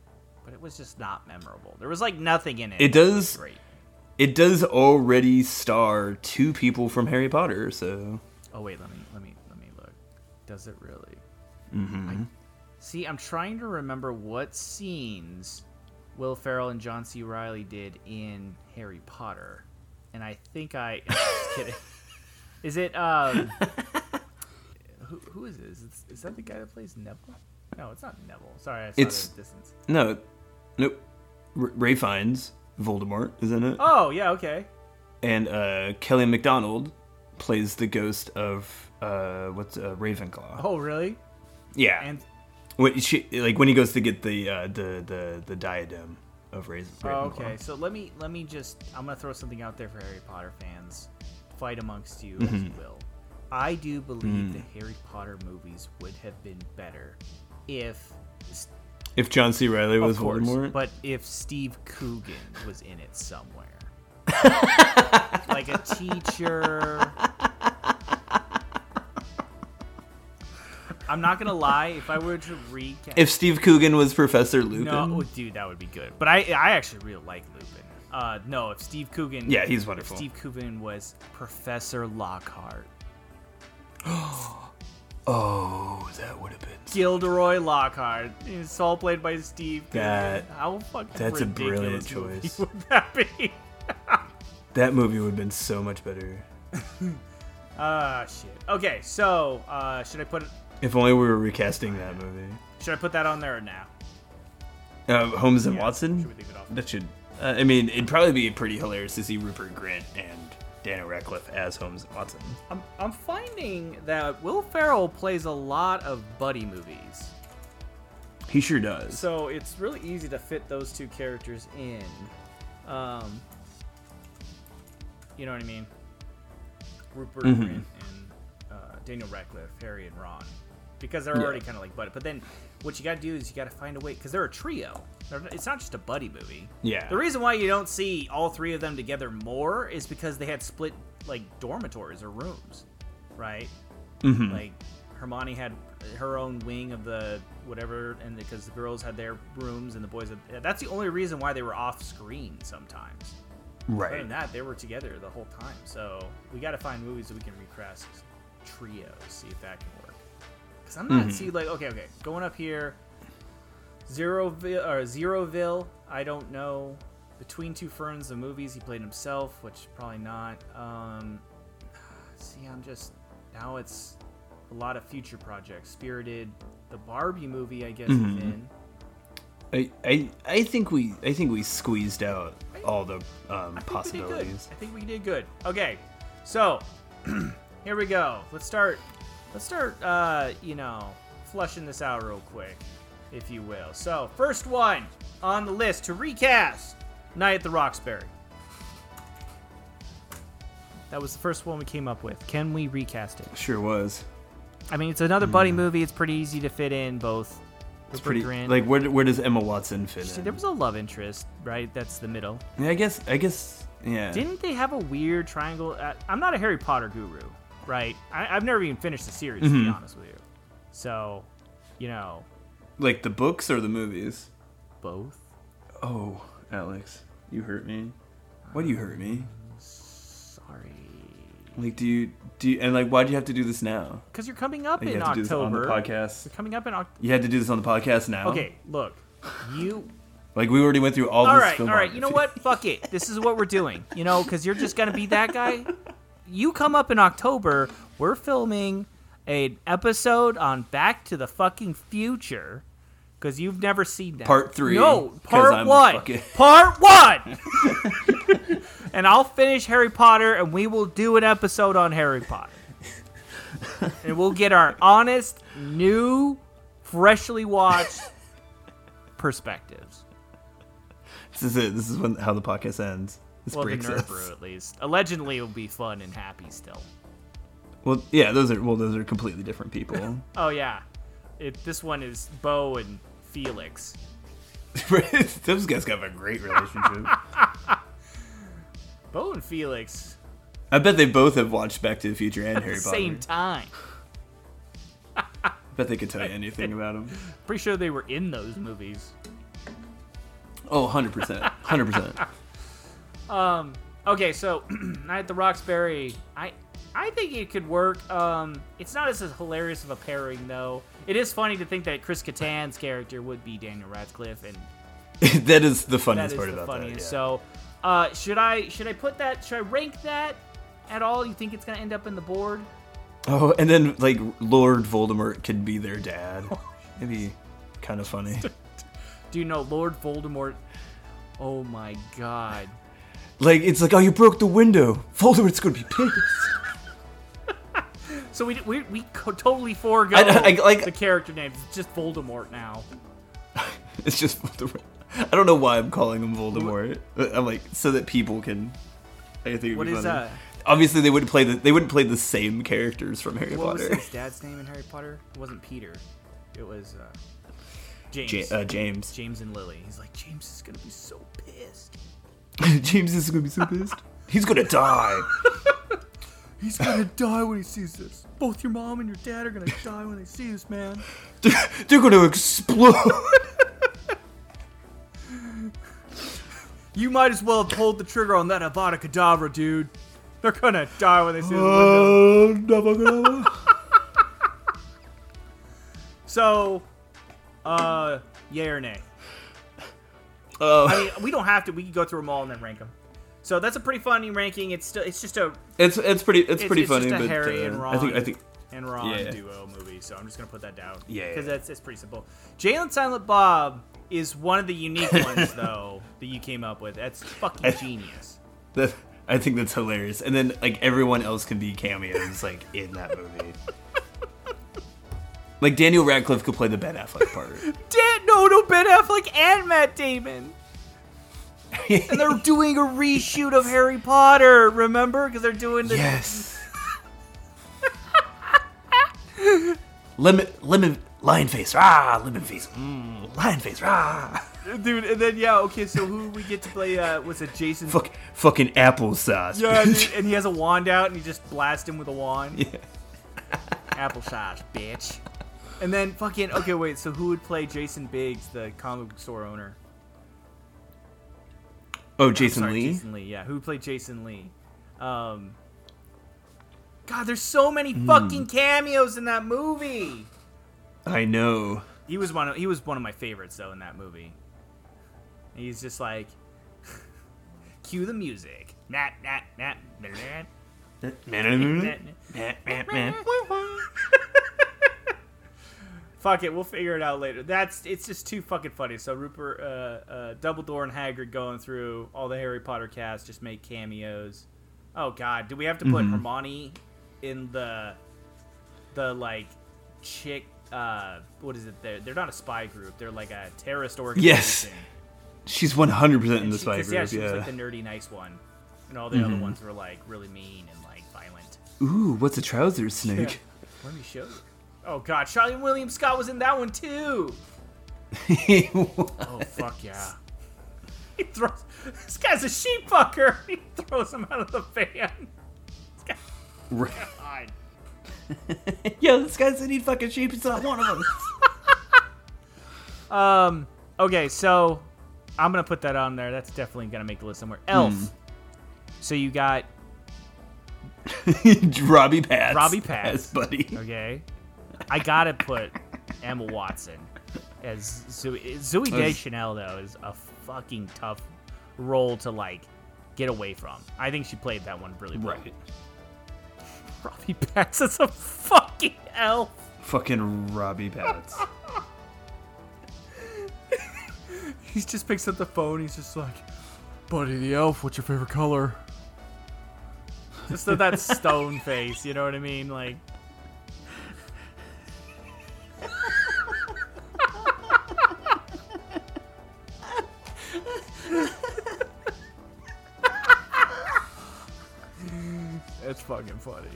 Speaker 2: but it was just not memorable. There was like nothing in it.
Speaker 1: It
Speaker 2: that was
Speaker 1: does-
Speaker 2: Great.
Speaker 1: It does already star two people from Harry Potter, so
Speaker 2: Oh wait, let me let me let me look. Does it really? I- see, I'm trying to remember what scenes Will Ferrell and John C. Riley did in Harry Potter, and I think I. I'm just kidding. Is it um? who, who is this? Is, is that the guy that plays Neville? No, it's not Neville. Sorry, I saw
Speaker 1: It's-
Speaker 2: it at a distance.
Speaker 1: no, nope. R- Ray Fiennes, Voldemort, is in it,
Speaker 2: Oh yeah, okay.
Speaker 1: and uh, Kelly MacDonald plays the ghost of uh, what's uh, Ravenclaw.
Speaker 2: Oh really?
Speaker 1: yeah,
Speaker 2: And
Speaker 1: when she, like when he goes to get the uh, the, the the diadem of Raven.
Speaker 2: Oh,
Speaker 1: Ravenclaw.
Speaker 2: okay, so let me let me just I'm gonna throw something out there for Harry Potter fans. Fight amongst you
Speaker 1: Mm-hmm.
Speaker 2: as you will. I do believe
Speaker 1: Mm.
Speaker 2: the Harry Potter movies would have been better if
Speaker 1: If John C. Riley was
Speaker 2: of course,
Speaker 1: Voldemort,
Speaker 2: but if Steve Coogan was in it somewhere. like a teacher. I'm not gonna lie, if I were to recap
Speaker 1: if Steve Coogan was Professor Lupin,
Speaker 2: No, oh, dude, that would be good. But I, I actually really like Lupin. Uh, no, if Steve Coogan,
Speaker 1: Yeah, he's
Speaker 2: if
Speaker 1: wonderful.
Speaker 2: Steve Coogan was Professor Lockhart,
Speaker 1: oh, that would have been
Speaker 2: Gilderoy Lockhart. It's all played by Steve. Coogan.
Speaker 1: That-
Speaker 2: how fucking
Speaker 1: that's a
Speaker 2: ridiculous
Speaker 1: brilliant
Speaker 2: movie
Speaker 1: choice.
Speaker 2: Would that be?
Speaker 1: that movie would have been so much better.
Speaker 2: Ah, shit. Okay, so uh, should I put
Speaker 1: If only we were recasting that movie.
Speaker 2: should I put that on there or now?
Speaker 1: Uh, Holmes and
Speaker 2: Yeah,
Speaker 1: Watson.
Speaker 2: should we leave it off?
Speaker 1: That should. Uh, I mean, it'd probably be pretty hilarious to see Rupert Grint and Daniel Radcliffe as Holmes and Watson.
Speaker 2: I'm, I'm finding that Will Ferrell plays a lot of buddy movies.
Speaker 1: He sure does.
Speaker 2: So it's really easy to fit those two characters in. Um, you know what I mean? Rupert
Speaker 1: Mm-hmm.
Speaker 2: Grint and uh, Daniel Radcliffe, Harry and Ron, because they're
Speaker 1: Yeah.
Speaker 2: already kind of like buddy. But then what you got to do is you got to find a way because they're a trio. They're, it's not just a buddy movie.
Speaker 1: Yeah.
Speaker 2: The reason why you don't see all three of them together more is because they had split like dormitories or rooms, right?
Speaker 1: Mm-hmm.
Speaker 2: Like Hermione had her own wing of the whatever, and because the girls had their rooms and the boys had. That's the only reason why they were off screen sometimes. Other
Speaker 1: right.
Speaker 2: than that, they were together the whole time. So we got to find movies that we can recast as trios, see if that can work. Because I'm not see like okay, okay, going up here, Zeroville or Zeroville. I don't know. Between Two Ferns, the movies he played himself, which probably not. Um, see, I'm just now it's a lot of future projects. Spirited, the Barbie movie, I guess, is in.
Speaker 1: I, I I think we I think we squeezed out all the um,
Speaker 2: I think we did good.
Speaker 1: possibilities.
Speaker 2: I think we did good. Okay, so here we go. Let's start. Let's start. Uh, you know, flushing this out real quick, if you will. So first one on the list to recast Night at the Roxbury. That was the first one we came up with. Can we recast it?
Speaker 1: Sure was.
Speaker 2: I mean, it's another buddy movie. It's pretty easy to fit in both.
Speaker 1: Hmm. It's pretty like where where does Emma Watson fit in?
Speaker 2: there was a love interest, right? That's the middle.
Speaker 1: yeah, I guess I guess yeah.
Speaker 2: Didn't they have a weird triangle? At, I'm not a Harry Potter guru, right? I, I've never even finished the series, to
Speaker 1: Mm-hmm.
Speaker 2: be honest with you. So, you know,
Speaker 1: like the books or the movies?
Speaker 2: both.
Speaker 1: Oh, Alex, you hurt me.
Speaker 2: Uh,
Speaker 1: Why do you hurt me?
Speaker 2: Sorry,
Speaker 1: Like do you do you, and like why do you have to do this now?
Speaker 2: because you're coming up
Speaker 1: Like, you
Speaker 2: in
Speaker 1: have to do this on the
Speaker 2: October.
Speaker 1: podcast.
Speaker 2: You're coming up in October.
Speaker 1: You had to do this on the podcast now.
Speaker 2: Okay, look, you.
Speaker 1: Like we already went through all,
Speaker 2: All
Speaker 1: this.
Speaker 2: right, all right. You know
Speaker 1: filmography.
Speaker 2: what? Fuck it. This is what we're doing. You know, because you're just gonna be that guy. You come up in October. We're filming an episode on Back to the Fucking Future. Because you've never seen that.
Speaker 1: Part three,
Speaker 2: No,
Speaker 1: 'cause
Speaker 2: part
Speaker 1: I'm a
Speaker 2: one.
Speaker 1: fucking-
Speaker 2: Part one. and I'll finish Harry Potter, and we will do an episode on Harry Potter. and we'll get our honest, new, freshly watched perspectives.
Speaker 1: This is it. This is when how the podcast ends. This
Speaker 2: Well, the
Speaker 1: breaks
Speaker 2: nerd
Speaker 1: us.
Speaker 2: brew at least. Allegedly, it'll be fun and happy still.
Speaker 1: Well, yeah, those are well, those are completely different people.
Speaker 2: Oh yeah, it, this one is Bo and Felix.
Speaker 1: Those guys have a great relationship.
Speaker 2: Bo and Felix
Speaker 1: I bet they both have watched Back to the Future and
Speaker 2: at
Speaker 1: Harry
Speaker 2: the
Speaker 1: Potter.
Speaker 2: same time.
Speaker 1: I bet they could tell you anything about him.
Speaker 2: Pretty sure they were in those movies.
Speaker 1: Oh, 100%. 100%.
Speaker 2: Um. Okay, so Night at the Roxbury, I I think it could work. Um, it's not as hilarious of a pairing though. It is funny to think that Chris Kattan's character would be Daniel Radcliffe, and
Speaker 1: that is the
Speaker 2: that
Speaker 1: funniest
Speaker 2: is
Speaker 1: part
Speaker 2: the
Speaker 1: about
Speaker 2: funniest.
Speaker 1: that.
Speaker 2: So, uh, should I should I put that? Should I rank that at all? You think it's gonna end up in the board?
Speaker 1: yeah. Oh, and then, like, Lord Voldemort could be their dad.
Speaker 2: Oh.
Speaker 1: It'd be kind of funny.
Speaker 2: Do you know Lord Voldemort? Oh my God!
Speaker 1: Like, it's like, oh, you broke the window. Voldemort's going to be pissed.
Speaker 2: So we we, we co- totally forego
Speaker 1: I- I- like-
Speaker 2: the character names. It's just Voldemort now.
Speaker 1: It's just Voldemort. I don't know why I'm calling him Voldemort. I'm like, so that people can. I think it'd
Speaker 2: What
Speaker 1: be
Speaker 2: is,
Speaker 1: funny.
Speaker 2: uh,
Speaker 1: Obviously, they wouldn't play the they wouldn't play the same characters from Harry
Speaker 2: What was
Speaker 1: Potter.
Speaker 2: his dad's name in Harry Potter? It wasn't Peter. It was uh, James.
Speaker 1: Ja- uh, James.
Speaker 2: James and Lily. He's like, James is gonna be so pissed.
Speaker 1: James is gonna be so pissed. He's gonna die.
Speaker 2: He's gonna die when he sees this. Both your mom and your dad are gonna die when they see this, man.
Speaker 1: They're, they're gonna explode.
Speaker 2: You might as well have pulled the trigger on that Avada Kedavra, dude. They're gonna die when they see this window.
Speaker 1: Oh, never gonna-
Speaker 2: So, uh, yay or nay? I
Speaker 1: Uh,
Speaker 2: mean, we don't have to. We can go through them all and then rank them. So that's a pretty funny ranking. It's still, it's just a
Speaker 1: it's it's pretty it's,
Speaker 2: It's-
Speaker 1: pretty
Speaker 2: it's
Speaker 1: funny,
Speaker 2: just a
Speaker 1: but
Speaker 2: Harry
Speaker 1: uh,
Speaker 2: and
Speaker 1: I think I
Speaker 2: Ron.
Speaker 1: think
Speaker 2: and Ron
Speaker 1: Yeah.
Speaker 2: duo movie, so I'm just gonna put that down.
Speaker 1: Yeah.
Speaker 2: because that's it's pretty simple. Jalen Silent Bob is one of the unique ones though that you came up with. That's fucking genius.
Speaker 1: that I think that's hilarious. And then like everyone else can be cameos like in that movie. like Daniel Radcliffe could play the Ben Affleck part.
Speaker 2: Dan, no, no, Ben Affleck and Matt Damon, and they're doing a reshoot of Harry Potter. Remember, because they're doing the
Speaker 1: yes. lemon lemon lion face ah lemon face mm, lion face ah
Speaker 2: dude. And then yeah, okay, so who we get to play? Uh, was it Jason?
Speaker 1: fuck fucking applesauce.
Speaker 2: Yeah,
Speaker 1: bitch.
Speaker 2: dude, and he has a wand out, and you just blast him with a wand. Applesauce, bitch. And then fucking okay, wait. So who would play Jason Biggs, the comic book store owner?
Speaker 1: Oh, Jason
Speaker 2: Sorry,
Speaker 1: Lee.
Speaker 2: Jason Lee. Yeah, who played Jason Lee? Um, God, there's so many
Speaker 1: Hmm.
Speaker 2: fucking cameos in that movie.
Speaker 1: I know.
Speaker 2: He was one. Of, he was one of my favorites though in that movie. And he's just like, cue the music. Nat, nat, nat, nat, nat, nat, nat. Fuck it, we'll figure it out later. That's it's just too fucking funny. So Rupert, uh, uh, Dumbledore, and Hagrid going through all the Harry Potter cast just make cameos. Oh God, do we have to
Speaker 1: Mm-hmm.
Speaker 2: put Hermione in the the like chick? Uh, what is it? They're they're not a spy group. They're like a terrorist organization.
Speaker 1: She's 100% in
Speaker 2: And
Speaker 1: the
Speaker 2: she-
Speaker 1: spy
Speaker 2: 'cause, Yeah,
Speaker 1: group.
Speaker 2: she was
Speaker 1: Yeah. Mm-hmm.
Speaker 2: like the nerdy nice one, and all the other ones were like really mean and like violent.
Speaker 1: Ooh, what's a trouser
Speaker 2: Yeah.
Speaker 1: snake?
Speaker 2: Let me show you. Oh God, Charlie William Scott was in that one too. Oh fuck yeah! He throws. This guy's a sheep fucker. He throws him out of the van. God.
Speaker 1: Yo, this guy said he'd fucking sheep. It's not one of them.
Speaker 2: Um. Okay, so I'm gonna put that on there. That's definitely gonna make the list somewhere. Elf. So you got
Speaker 1: Robbie Pats.
Speaker 2: Robbie Pats.
Speaker 1: As buddy.
Speaker 2: okay. I gotta put Emma Watson as Zooey. Zooey Deschanel though is a fucking tough role to like get away from. I think she played that one really well.
Speaker 1: Right.
Speaker 2: Robbie Pats is a fucking elf.
Speaker 1: Fucking Robbie Pats.
Speaker 2: He just picks up the phone. He's just like,
Speaker 3: Buddy the Elf, what's your favorite color?
Speaker 2: just that, that stone face. You know what I mean? Like, it's fucking funny.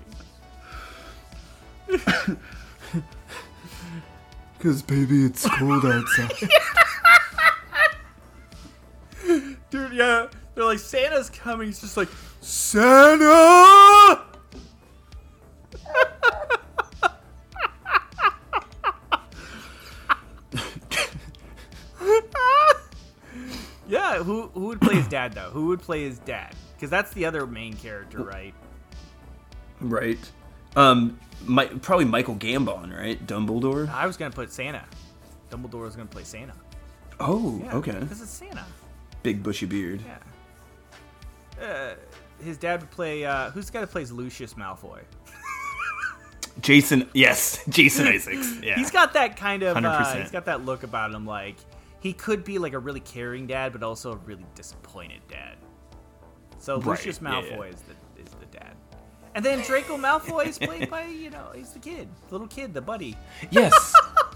Speaker 1: Because, baby, it's cold outside.
Speaker 2: they're yeah, they're like Santa's coming. He's just like,
Speaker 3: Santa!
Speaker 2: yeah. Who who would play his dad though? Who would play his dad? Because that's the other main character, right?
Speaker 1: Right. Um, my, probably Michael Gambon, right? Dumbledore.
Speaker 2: I was gonna put Santa. Dumbledore was gonna play Santa.
Speaker 1: Oh,
Speaker 2: Yeah,
Speaker 1: okay.
Speaker 2: Because it's Santa.
Speaker 1: Big bushy beard.
Speaker 2: Yeah. Uh, his dad would play. Uh, who's the guy that plays Lucius Malfoy?
Speaker 1: Jason, yes, Jason Isaacs. Yeah.
Speaker 2: He's got that kind of. Uh,
Speaker 1: 100%.
Speaker 2: he's got that look about him. Like he could be like a really caring dad, but also a really disappointed dad. So
Speaker 1: Right,
Speaker 2: Lucius
Speaker 1: yeah,
Speaker 2: Malfoy
Speaker 1: yeah.
Speaker 2: is the is the dad. And then Draco Malfoy is played by you know he's the kid, little kid, the buddy.
Speaker 1: yes,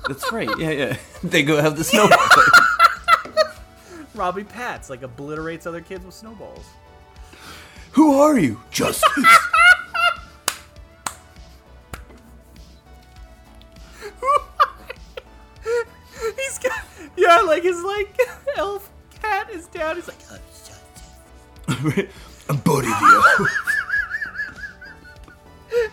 Speaker 1: that's right. Yeah, yeah. They go have the snowball.
Speaker 2: Robbie Patz like obliterates other kids with snowballs.
Speaker 1: Who are you? Justice.
Speaker 2: He's got yeah, like his like elf cat is down. He's like
Speaker 1: I'm Buddy the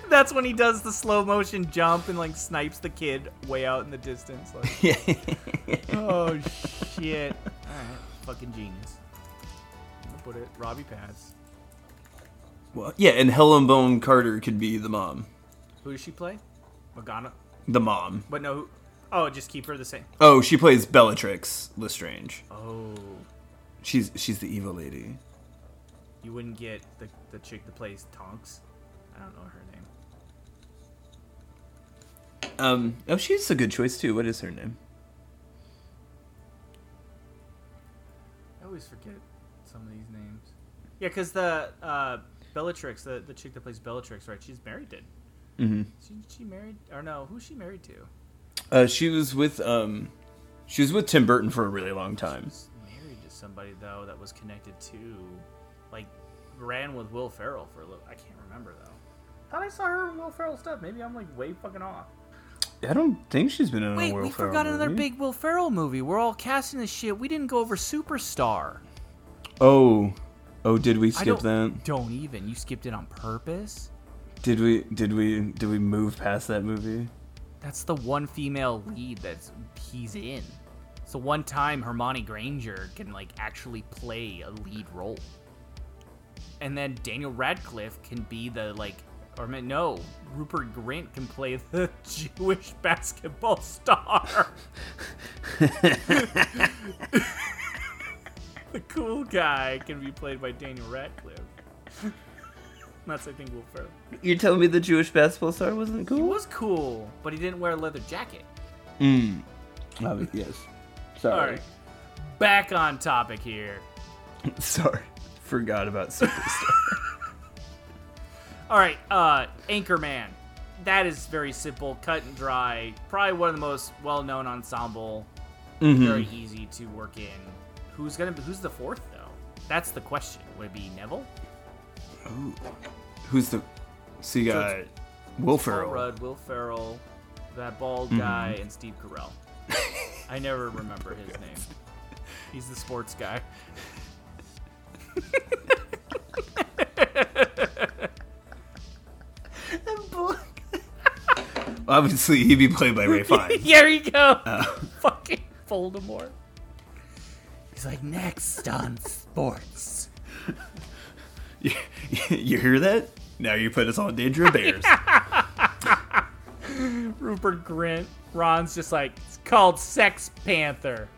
Speaker 2: that's when he does the slow motion jump and like snipes the kid way out in the distance. Like, oh shit! All right, fucking genius. I'm gonna put it Robbie Pass.
Speaker 1: Well, yeah, and Helen Bone Carter could be the mom.
Speaker 2: Who does she play? Morgana.
Speaker 1: The mom.
Speaker 2: But no. Who, oh, just keep her the same.
Speaker 1: Oh, she plays Bellatrix Lestrange.
Speaker 2: Oh,
Speaker 1: She's she's the evil lady.
Speaker 2: you wouldn't get the the chick that plays Tonks. I don't know her name.
Speaker 1: Um, oh, she's a good choice too. What is her name?
Speaker 2: I always forget some of these names. Yeah, because the uh, Bellatrix, the, the chick that plays Bellatrix, right? She's married to.
Speaker 1: Mhm.
Speaker 2: She, she married, or no? Who's she married to?
Speaker 1: Uh, she was with um, she was with Tim Burton for a really long time.
Speaker 2: She's married to somebody though that was connected to, like, ran with Will Ferrell for a little. I can't remember though. Thought I saw her in Will Ferrell stuff. Maybe I'm like way fucking off.
Speaker 1: I don't think she's been in a Will Ferrell movie.
Speaker 2: Will Ferrell movie. We're all casting this shit. We didn't go over Superstar.
Speaker 1: Oh, oh, did we
Speaker 2: I
Speaker 1: skip that?
Speaker 2: don't- Don't even. You skipped it on purpose.
Speaker 1: Did we? Did we? Did we move past that movie?
Speaker 2: That's the one female lead that's he's in. So one time Hermione Granger can like actually play a lead role. And then Daniel Radcliffe can be the like or ma- no, Rupert Grint can play the Jewish basketball star. the cool guy can be played by Daniel Radcliffe. That's I think Will Ferrell.
Speaker 1: You're telling me the Jewish basketball star wasn't
Speaker 2: He
Speaker 1: cool?
Speaker 2: was cool, but he didn't wear a leather jacket.
Speaker 1: Mm. Oh, yes.
Speaker 2: All
Speaker 1: Sorry.
Speaker 2: right. Back on topic here.
Speaker 1: Sorry. Forgot about Superstar.
Speaker 2: All right, uh Anchorman. That is very simple, cut and dry. Probably one of the most well-known ensemble.
Speaker 1: Mm-hmm. Hmm.
Speaker 2: Very easy to work in. Who's going to be who's the fourth though? That's the question. Would it be Neville?
Speaker 1: Who's the? So you got
Speaker 2: it's-
Speaker 1: Will
Speaker 2: Paul
Speaker 1: Ferrell.
Speaker 2: Rudd, Will Ferrell, that bald guy and Steve Carell. I never remember his name. He's the sports guy.
Speaker 1: Obviously, he'd be played by Ray Fiennes.
Speaker 2: Here you go. Fucking Voldemort. He's like, next on sports.
Speaker 1: you, you hear that? Now you put us all in danger of bears.
Speaker 2: Rupert Grint. Ron's just like, it's called Sex Panther.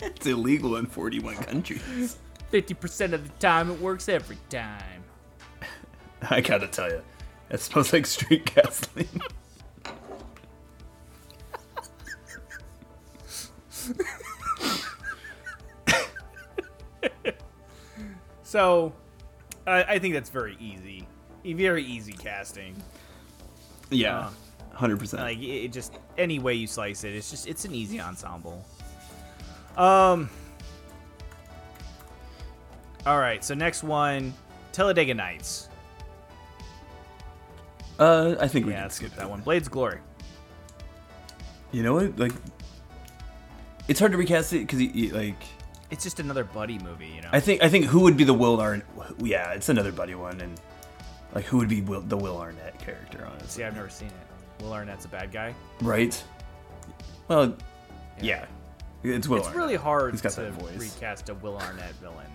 Speaker 1: it's illegal in 41 countries.
Speaker 2: 50% of the time, it works every time.
Speaker 1: I gotta tell you, that smells like street gasoline.
Speaker 2: So, I I think that's very easy. E, Very easy casting.
Speaker 1: yeah, hundred percent.
Speaker 2: like it, it just any way you slice it it's just it's an easy ensemble um all right so next one talladega nights
Speaker 1: uh, I think we
Speaker 2: yeah
Speaker 1: can
Speaker 2: let's
Speaker 1: skip
Speaker 2: skip that one blades of glory
Speaker 1: You know what? Like, it's hard to recast it because like
Speaker 2: It's just another buddy movie, you know.
Speaker 1: I think I think who would be the Will Arnett? Yeah, it's another buddy one, and like who would be Will, the Will Arnett character? Honestly,
Speaker 2: See, I've never seen it. Will Arnett's a bad guy.
Speaker 1: right? Well, yeah, it's Will.
Speaker 2: It's
Speaker 1: Arnett.
Speaker 2: really hard
Speaker 1: He's got
Speaker 2: to
Speaker 1: that voice.
Speaker 2: recast a Will Arnett villain.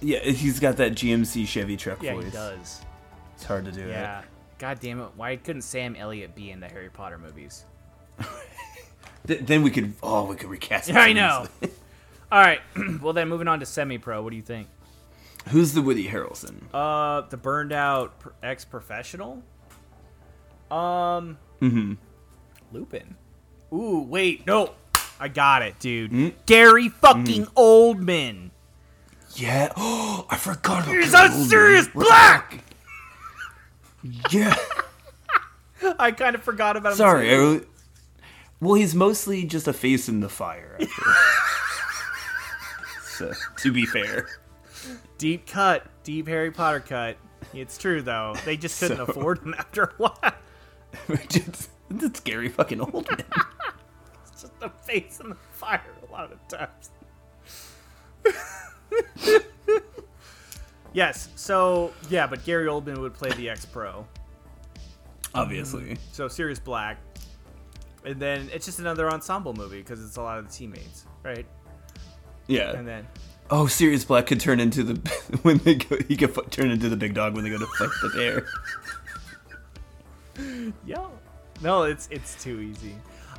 Speaker 1: yeah, he's got that GMC Chevy truck
Speaker 2: Yeah,
Speaker 1: voice.
Speaker 2: he does.
Speaker 1: It's hard to do. it.
Speaker 2: Yeah. God damn it! Why couldn't Sam Elliott be in the Harry Potter movies?
Speaker 1: Th- then we could oh we could recast. it
Speaker 2: I
Speaker 1: so
Speaker 2: know.
Speaker 1: easily.
Speaker 2: All right. well, then moving on to semi-pro. What do you think?
Speaker 1: Who's the Woody Harrelson?
Speaker 2: Uh, the burned out pr- ex-professional. Um.
Speaker 1: Mm-hmm.
Speaker 2: Hmm. Lupin. Ooh, wait, no. I got it, dude.
Speaker 1: Mm-hmm.
Speaker 2: Gary fucking Oldman.
Speaker 1: yeah. Oh, I forgot about.
Speaker 2: He's
Speaker 1: Gary
Speaker 2: on
Speaker 1: Oldman.
Speaker 2: Sirius
Speaker 1: What the
Speaker 2: Black!
Speaker 1: fuck? Yeah.
Speaker 2: I kind of forgot about him.
Speaker 1: Sorry. I
Speaker 2: too.
Speaker 1: really- well, he's mostly just a face in the fire. I feel. so, to be fair.
Speaker 2: Deep cut, deep Harry Potter cut. It's true though. They just couldn't
Speaker 1: So-
Speaker 2: afford him after a while.
Speaker 1: Just- That's Gary fucking Oldman.
Speaker 2: It's just a face in the fire a lot of times. yes. So yeah, but Gary Oldman would play the ex-pro.
Speaker 1: Obviously.
Speaker 2: So Sirius Black, and then it's just another ensemble movie because it's a lot of the teammates, right?
Speaker 1: Yeah.
Speaker 2: And then
Speaker 1: oh, Sirius Black could turn into the when they go. He could fu- turn into the big dog when they go to fight the bear.
Speaker 2: Yeah. No, it's it's too easy.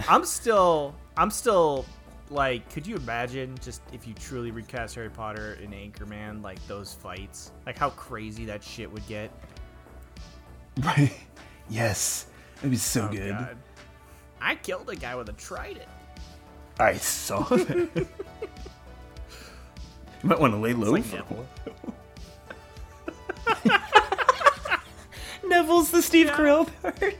Speaker 2: I'm still I'm still like, could you imagine just if you truly recast Harry Potter and Anchorman, like those fights? Like how crazy that shit would get.
Speaker 1: Right. Yes. That'd be so good.
Speaker 2: Oh, God. I killed a guy with a trident.
Speaker 1: I saw that. you might want to lay low
Speaker 2: like
Speaker 1: for a
Speaker 2: Neville.
Speaker 1: while. Neville's the Steve Carell part.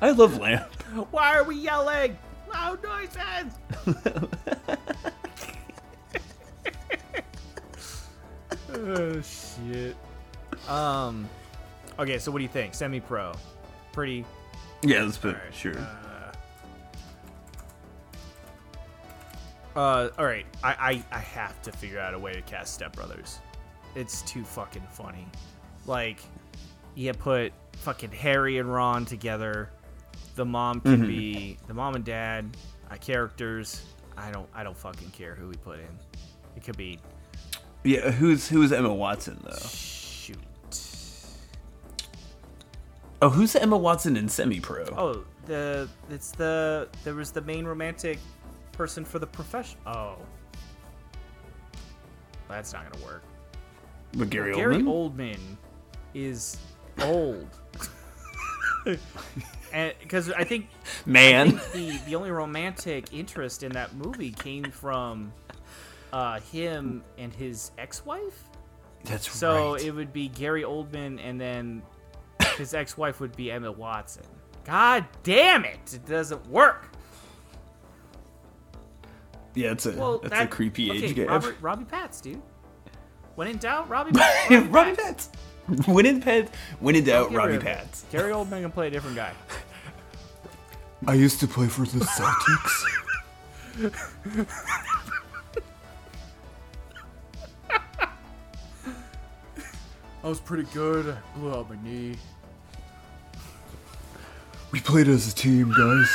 Speaker 1: I love Lamp.
Speaker 2: Why are we yelling? Oh, Loud noises. oh shit. Um Okay, so what do you think? Semi pro. Pretty
Speaker 1: Yeah, let's put
Speaker 2: Alright,
Speaker 1: sure.
Speaker 2: Uh, all right, I, I I have to figure out a way to cast Step Brothers. It's too fucking funny. Like, you put fucking Harry and Ron together. The mom could be the mom and dad. Uh, characters. I don't I don't fucking care who we put in. It could be
Speaker 1: yeah, who's who's Emma Watson though?
Speaker 2: shoot.
Speaker 1: Oh, who's Emma Watson in Semi Pro?
Speaker 2: Oh, the it's the there was the main romantic person for the profession. Oh, that's not gonna work.
Speaker 1: but Gary,
Speaker 2: Gary
Speaker 1: Oldman.
Speaker 2: Oldman is old, and because I think
Speaker 1: Man.
Speaker 2: the the only romantic interest in that movie came from uh, him and his ex-wife.
Speaker 1: That's
Speaker 2: So
Speaker 1: right.
Speaker 2: it would be Gary Oldman, and then his ex-wife would be Emma Watson. God damn it! It doesn't work.
Speaker 1: yeah, it's a
Speaker 2: Well,
Speaker 1: that's a
Speaker 2: that-
Speaker 1: creepy
Speaker 2: okay,
Speaker 1: age gap.
Speaker 2: Robert, Robbie Patz, dude. When in doubt, Robbie. Patz,
Speaker 1: Robbie Pats. When in Pats. When in doubt,
Speaker 2: Get
Speaker 1: Robbie
Speaker 2: rid of it.
Speaker 1: Pats.
Speaker 2: Gary Oldman can play a different guy.
Speaker 1: I used to play for the Celtics.
Speaker 3: I was pretty good. I blew out my knee.
Speaker 1: we played as a team, guys.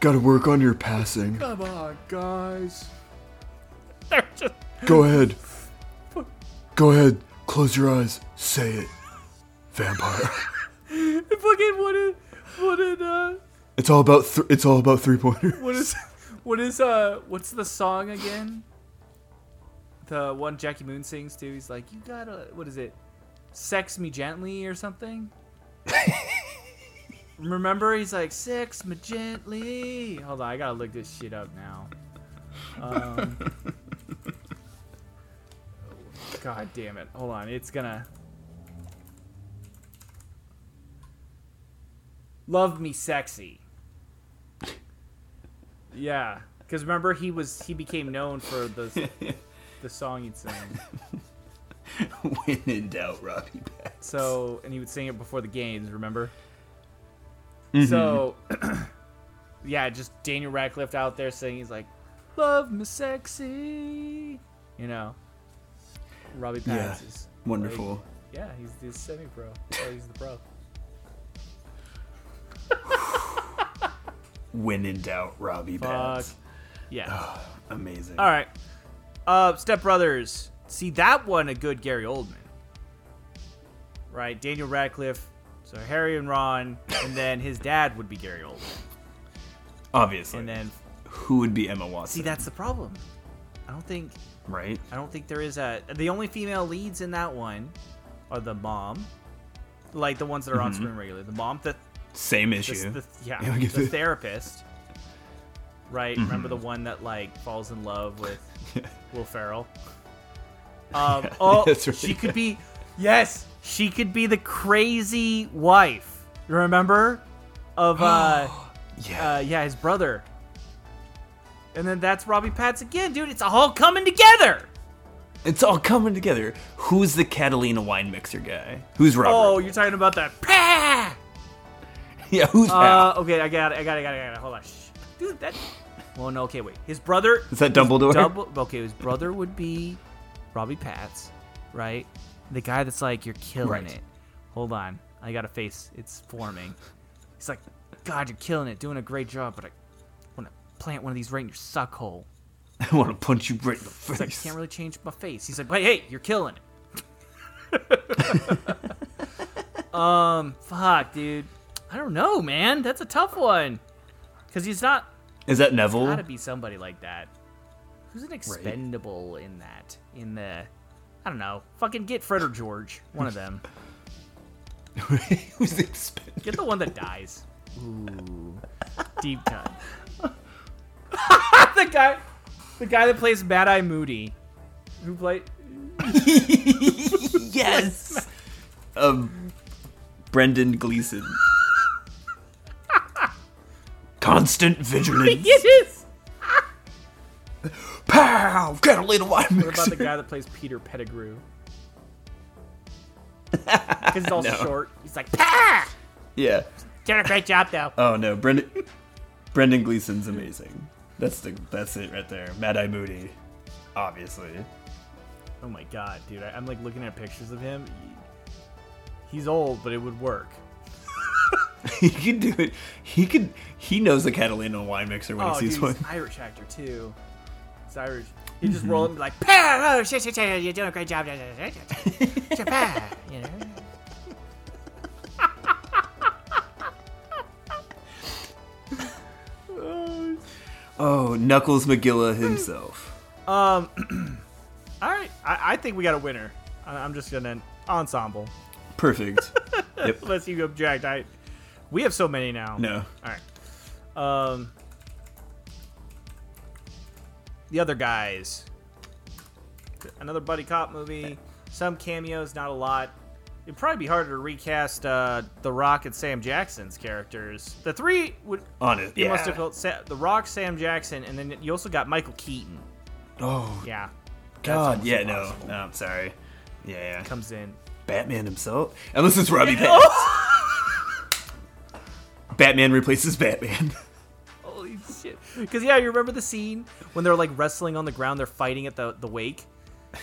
Speaker 4: Gotta work on your passing.
Speaker 3: Come on, guys.
Speaker 2: They're just
Speaker 4: Go ahead. Go ahead. Close your eyes. Say it. Vampire.
Speaker 2: fucking what is what is uh
Speaker 4: It's all about th- it's all about three pointer.
Speaker 2: what is what is uh what's the song again? The one Jackie Moon sings too. He's like, you gotta what is it? Sex me gently or something. Remember, he's like, sex me gently. Hold on, I gotta look this shit up now. Um, God damn it! Hold on, it's gonna. Love me sexy. Yeah, because remember he was he became known for the the song he'd sing.
Speaker 1: when in doubt, Robbie Pats.
Speaker 2: So and he would sing it before the games. Remember? So, yeah, just Daniel Radcliffe out there saying he's like, "Love me sexy," you know. Robbie Pattinson's
Speaker 1: Yeah.
Speaker 2: is like-
Speaker 1: Wonderful.
Speaker 2: yeah, he's the semi-pro. Oh, he's the pro.
Speaker 1: When in doubt, Robbie
Speaker 2: Fuck.
Speaker 1: Bats.
Speaker 2: Yeah.
Speaker 1: Amazing.
Speaker 2: All right. Uh, Step Brothers. See that one a good Gary Oldman. Right, Daniel Radcliffe. So Harry and Ron, and then his dad would be Gary Oldman,
Speaker 1: Obviously.
Speaker 2: and then
Speaker 1: who would be Emma Watson?
Speaker 2: see that's the problem. I don't think
Speaker 1: right?
Speaker 2: I don't think there is a the only female leads in that one are the mom, like the ones that are on screen regularly. The mom, the
Speaker 1: Same
Speaker 2: the,
Speaker 1: issue.
Speaker 2: the- yeah,
Speaker 1: Yeah, we Mm-hmm. get it.
Speaker 2: the
Speaker 1: Mm-hmm.
Speaker 2: therapist. Right, remember the one that like falls in love with Will Ferrell. Um, oh,
Speaker 1: that's right.
Speaker 2: she could be. Yes, she could be the crazy wife. You remember? Of uh,
Speaker 1: yeah.
Speaker 2: uh, yeah, his brother. And then that's Robbie Patts again, dude. It's all coming together.
Speaker 1: it's all coming together. Who's the Catalina wine mixer guy? Who's Robert?
Speaker 2: Oh, you're talking about that. Pah!
Speaker 1: yeah, who's that?
Speaker 2: Oh, Uh, okay, I got it. I got it. I got it. I got it. Hold on, Shh. dude. That. Well, no. Okay, wait. His brother.
Speaker 1: Is that Dumbledore?
Speaker 2: Double. Okay, his brother would be Robbie Patts, right? The guy that's like, "You're killing
Speaker 1: Right.
Speaker 2: it." Hold on, I got a face. It's forming. He's like, "God, you're killing it. Doing a great job." But I want to plant one of these right in your suck hole.
Speaker 1: I want to punch you right in the
Speaker 2: He's like,
Speaker 1: face.
Speaker 2: "Can't really change my face." He's like, "But hey, you're killing it." um, fuck, dude. I don't know, man. That's a tough one. Cause he's not
Speaker 1: Is that Neville?
Speaker 2: gotta be somebody like that. Who's an expendable in that? In the, I don't know. Fucking get Fred or George, one of them.
Speaker 1: who's expendable?
Speaker 2: Get the one that dies. Ooh, deep cut. the guy, the guy that plays Mad Eye Moody, who played.
Speaker 1: yes. um, Brendan Gleeson. Constant vigilance.
Speaker 2: Yes.
Speaker 1: Pow! Catalina wine mixer.
Speaker 2: What about the guy that plays Peter Pettigrew? Because he's all
Speaker 1: No.
Speaker 2: short. He's like, Pah!
Speaker 1: Yeah.
Speaker 2: Did a great job though.
Speaker 1: Oh no, Brendan. Brendan Gleeson's amazing. That's the. That's it right there. Mad Eye Moody, obviously.
Speaker 2: Oh my god, dude! I, I'm like looking at pictures of him. He's old, but it would work.
Speaker 1: he can do it. He could. He knows the Catalina wine mixer when
Speaker 2: Oh,
Speaker 1: he
Speaker 2: dude,
Speaker 1: sees
Speaker 2: he's
Speaker 1: one. Mm-hmm.
Speaker 2: an Irish actor too. He's Irish. He just roll up and be like, "Pah! Oh, shit, shit, shit! You're doing a great job." Japan, you know.
Speaker 1: Oh, Knuckles McGilla himself.
Speaker 2: Um. all right, I, I think we got a winner. I, I'm just gonna ensemble,
Speaker 1: Perfect. yep.
Speaker 2: unless you object. I, we have so many now.
Speaker 1: No.
Speaker 2: All right. Um, the other guys. Another buddy cop movie. Some cameos, not a lot. It'd probably be harder to recast uh, The Rock and Sam Jackson's characters. The three would.
Speaker 1: Honest.
Speaker 2: You
Speaker 1: Yeah.
Speaker 2: must have felt Sa- The Rock, Sam Jackson, and then you also got Michael Keaton.
Speaker 1: oh
Speaker 2: Yeah,
Speaker 1: God.
Speaker 2: almost
Speaker 1: Yeah. No.
Speaker 2: impossible.
Speaker 1: No. I'm sorry. Yeah. yeah.
Speaker 2: comes in.
Speaker 1: Batman himself. Unless it's Robbie Pattinson. Batman replaces Batman.
Speaker 2: Holy shit. Because, yeah, you remember the scene when they're like wrestling on the ground, they're fighting at the, the wake,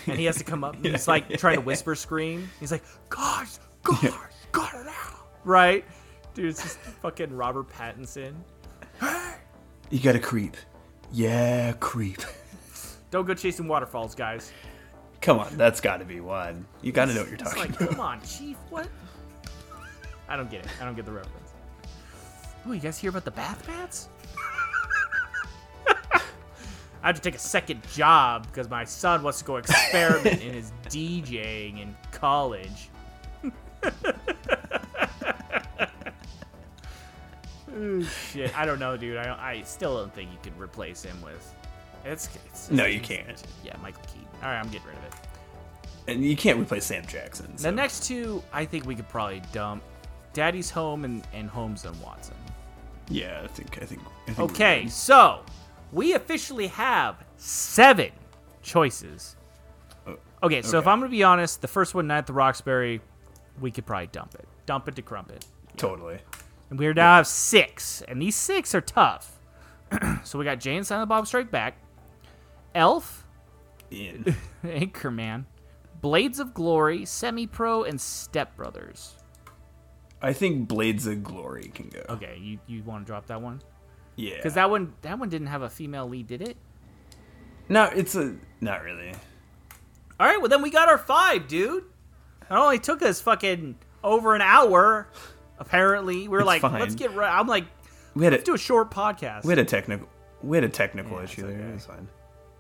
Speaker 2: and he has to come up and he's like trying to whisper scream. He's like, God, God, got it out. Right? Dude, it's just fucking Robert Pattinson.
Speaker 1: you gotta creep. Yeah, creep.
Speaker 2: Don't go chasing waterfalls, guys.
Speaker 1: Come on, that's gotta be one. You gotta know what you're
Speaker 2: It's
Speaker 1: talking
Speaker 2: like,
Speaker 1: about.
Speaker 2: come on, Chief, what? I don't get it. I don't get the reference. Oh, you guys hear about the bath bats? I had to take a second job because my son wants to go experiment in his DJing in college. Ooh, shit, I don't know, dude. I, don't, I still don't think you can replace him with. It's, it's
Speaker 1: No, you can't.
Speaker 2: Yeah, Michael Keaton. All right, I'm getting rid of it.
Speaker 1: And you can't replace Sam Jackson.
Speaker 2: The
Speaker 1: So.
Speaker 2: next two, I think we could probably dump Daddy's Home and, and Holmes and Watson.
Speaker 1: yeah, I think I think. I think we're
Speaker 2: Okay,
Speaker 1: good.
Speaker 2: so we officially have seven choices. Okay, so if
Speaker 1: okay.
Speaker 2: I'm going to be honest, the first one, Night at the Roxbury, we could probably dump it. Dump it to crump it.
Speaker 1: Totally.
Speaker 2: and we are now have six, and these six are tough. so we got Jay and Silent Bob Strike Back, Elf,
Speaker 1: In.
Speaker 2: Anchorman, Blades of Glory, Semi Pro, and Step Brothers.
Speaker 1: I think Blades of Glory can go.
Speaker 2: Okay, you, you want to drop that one?
Speaker 1: Yeah.
Speaker 2: Because that one that one didn't have a female lead, did it?
Speaker 1: No, it's a not really.
Speaker 2: All right, well then we got our five, dude. It only took us fucking over an hour. Apparently, we are
Speaker 1: It's
Speaker 2: like,
Speaker 1: fine.
Speaker 2: let's get right. I'm like,
Speaker 1: We had
Speaker 2: let's do
Speaker 1: a
Speaker 2: a short podcast.
Speaker 1: we had a technical we had a technical issue there.
Speaker 2: okay.
Speaker 1: It's fine.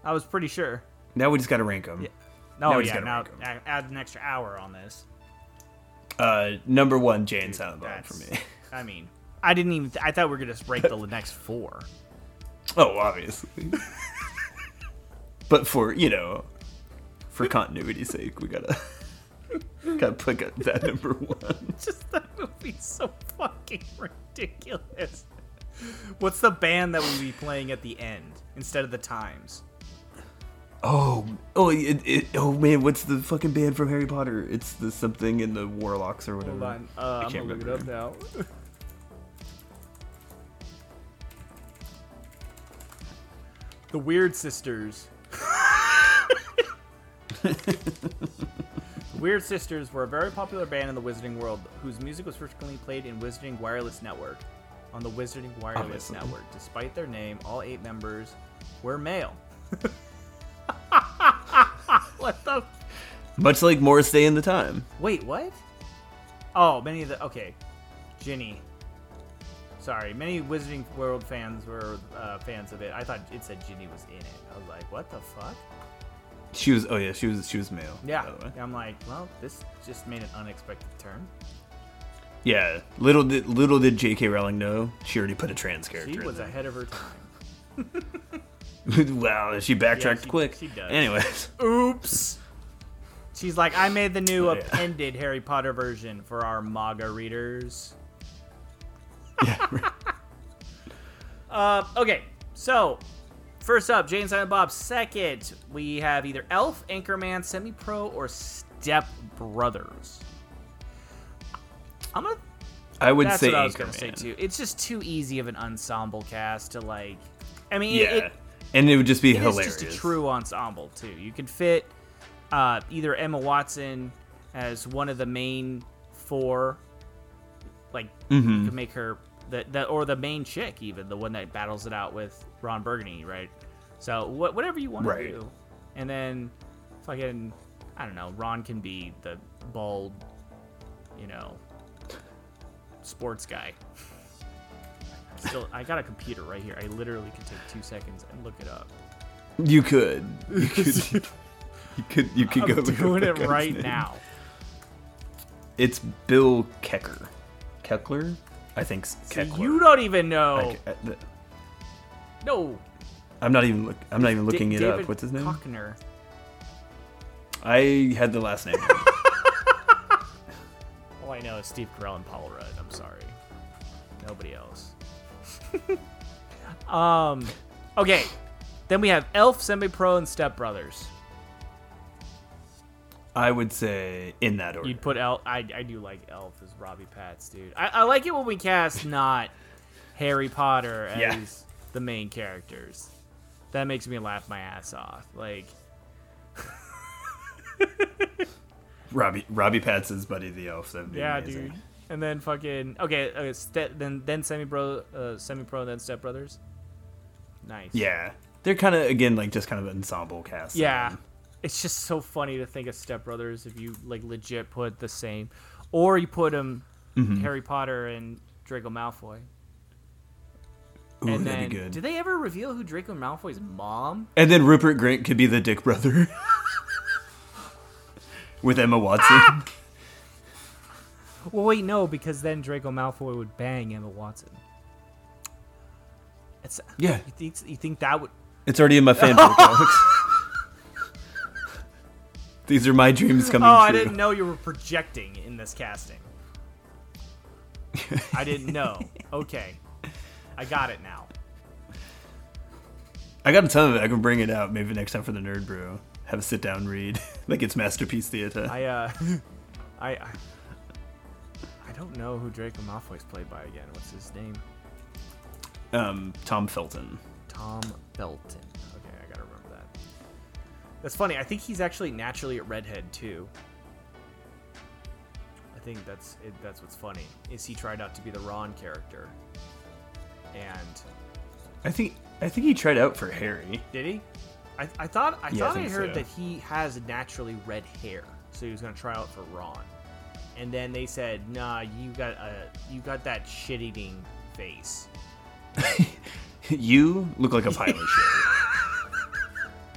Speaker 2: I was pretty sure.
Speaker 1: Now we just got to rank them.
Speaker 2: No,
Speaker 1: Now we just
Speaker 2: yeah,
Speaker 1: gotta
Speaker 2: now
Speaker 1: rank 'em.
Speaker 2: add, add an extra hour on this.
Speaker 1: Uh, number one, Jay and Silent Bob for
Speaker 2: That's-
Speaker 1: me.
Speaker 2: I mean, I didn't even. I thought we were gonna just rank the next four.
Speaker 1: Oh, obviously. but for you know, for continuity's sake, we gotta gotta pick up that number one.
Speaker 2: Just that movie's so fucking ridiculous. What's the band that we'll be playing at the end instead of the times?
Speaker 1: Oh, oh, it, it, oh man, what's the fucking band from Harry Potter? It's the something in the Warlocks or whatever.
Speaker 3: Hold on.
Speaker 2: Uh,
Speaker 1: Mm. can't
Speaker 2: I'm gonna look it
Speaker 1: remember.
Speaker 2: up now. the Weird Sisters. The Weird Sisters were a very popular band in the Wizarding world, whose music was frequently played in Wizarding Wireless Network. On the Wizarding Wireless
Speaker 1: Obviously.
Speaker 2: Network, despite their name, all eight members were male. what the?
Speaker 1: Much like Morris Day in the Time.
Speaker 2: Wait, what? Oh, many of the okay, Ginny. Sorry, many Wizarding World fans were uh, fans of it. I thought it said Ginny was in it. I was like, what the fuck?
Speaker 1: She was. Oh yeah, she was. She was male.
Speaker 2: Yeah.
Speaker 1: By the way.
Speaker 2: I'm like, well, this just made an unexpected turn.
Speaker 1: Yeah. Little did little did J.K. Rowling know she already put a trans character.
Speaker 2: She was
Speaker 1: in
Speaker 2: ahead of her time.
Speaker 1: there. wow, she backtracked
Speaker 2: Yeah, she-
Speaker 1: quick.
Speaker 2: she does.
Speaker 1: Anyways,
Speaker 2: Oops. She's like, I made the new
Speaker 1: Oh, yeah.
Speaker 2: appended Harry Potter version for our MAGA readers. uh, okay, so first up, Jane Silent Bob. Second, we have either Elf, Anchorman, Semi Pro, or Step Brothers. I'm gonna.
Speaker 1: I would
Speaker 2: That's
Speaker 1: say
Speaker 2: what I was gonna
Speaker 1: Anchorman.
Speaker 2: say too. It's just too easy of an ensemble cast to like. I mean,
Speaker 1: Yeah,
Speaker 2: it, it,
Speaker 1: and it would just be
Speaker 2: it is
Speaker 1: hilarious.
Speaker 2: just a true ensemble too. You can fit uh, either Emma Watson as one of the main four, like
Speaker 1: Mm-hmm.
Speaker 2: you can make her the, the or the main chick even the one that battles it out with Ron Burgundy, right? So wha- whatever you want
Speaker 1: Right.
Speaker 2: to do, and then fucking I don't know. Ron can be the bald, you know, sports guy. Still, I got a computer right here. I literally could take two seconds and look it up.
Speaker 1: You could. You could. you could. You could go.
Speaker 2: I'm
Speaker 1: look up
Speaker 2: doing
Speaker 1: that
Speaker 2: it
Speaker 1: guy's
Speaker 2: right
Speaker 1: name.
Speaker 2: now.
Speaker 1: It's Bill Kecker. Keckler, I think. s-
Speaker 2: See,
Speaker 1: Keckler.
Speaker 2: you don't even know.
Speaker 1: I, I, the-
Speaker 2: no.
Speaker 1: uh, I'm not even. Look, I'm not even
Speaker 2: D-
Speaker 1: looking it
Speaker 2: David
Speaker 1: up. What's his name?
Speaker 2: Cockner.
Speaker 1: I had the last name.
Speaker 2: All Oh, I know is Steve Carell and Paul Rudd. I'm sorry. Nobody else. um, okay. Then we have Elf, Semi Pro, and Step Brothers.
Speaker 1: I would say in that order.
Speaker 2: You'd put Elf. I, I do like Elf as Robbie Patts, dude. I, I like it when we cast not Harry Potter as
Speaker 1: Yeah.
Speaker 2: the main characters. That makes me laugh my ass off. Like,
Speaker 1: Robbie Robbie Pattinson's buddy the elf. That'd be
Speaker 2: Yeah,
Speaker 1: amazing.
Speaker 2: dude. And then fucking okay, okay ste- then then semi bro, uh, semi pro, then step brothers. Nice.
Speaker 1: Yeah, they're kind of again like just kind of ensemble cast.
Speaker 2: Yeah. It's just so funny to think of step brothers if you like legit put the same, or you put them
Speaker 1: Mm-hmm.
Speaker 2: Harry Potter and Draco Malfoy.
Speaker 1: Ooh, that'd
Speaker 2: and then
Speaker 1: be good.
Speaker 2: do they ever reveal who Draco Malfoy's mom?
Speaker 1: and then Rupert Grant could be the Dick brother with Emma Watson.
Speaker 2: Ah! Well, wait, no, because then Draco Malfoy would bang Emma Watson. It's
Speaker 1: Yeah,
Speaker 2: you think you think that would
Speaker 1: it's already in my fanbook. Alex. These are my dreams coming
Speaker 2: Oh,
Speaker 1: true.
Speaker 2: I didn't know you were projecting in this casting. I didn't know. Okay. I got it now.
Speaker 1: I got a ton of it. I can bring it out maybe next time for the Nerd Brew. Have a sit down read like it's masterpiece theater.
Speaker 2: I uh I I, uh, I don't know who Draco Malfoy's played by again. What's his name?
Speaker 1: Um, Tom Felton.
Speaker 2: Tom Felton. Okay, I gotta remember that. That's funny. I think he's actually naturally a redhead too. I think that's it, that's what's funny is he tried out to be the Ron character, and
Speaker 1: I think I think he tried out for Harry.
Speaker 2: did he? I, I thought I
Speaker 1: Yeah, I
Speaker 2: thought I,
Speaker 1: think
Speaker 2: heard
Speaker 1: so.
Speaker 2: that he has naturally red hair, so he was gonna try out for Ron, and then they said, "Nah, you got a you got that shit eating face."
Speaker 1: you look like a pile of shit.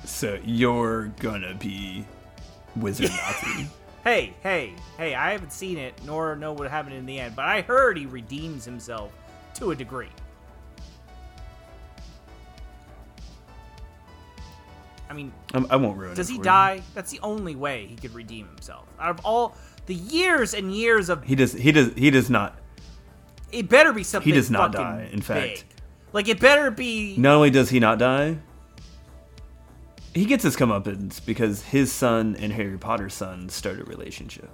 Speaker 1: So you're gonna be Wizard Nazi.
Speaker 2: Hey, hey, hey, I haven't seen it nor know what happened in the end, but I heard he redeems himself to a degree. I mean,
Speaker 1: Um, I won't ruin it.
Speaker 2: does he
Speaker 1: for you.
Speaker 2: die? That's the only way he could redeem himself. Out of all the years and years of
Speaker 1: He does. He does. He does not.
Speaker 2: it better be something
Speaker 1: does not
Speaker 2: fucking
Speaker 1: die, in fact.
Speaker 2: big. Like it better be
Speaker 1: Not only does he not die, he gets his comeuppance because his son and Harry Potter's son start a relationship.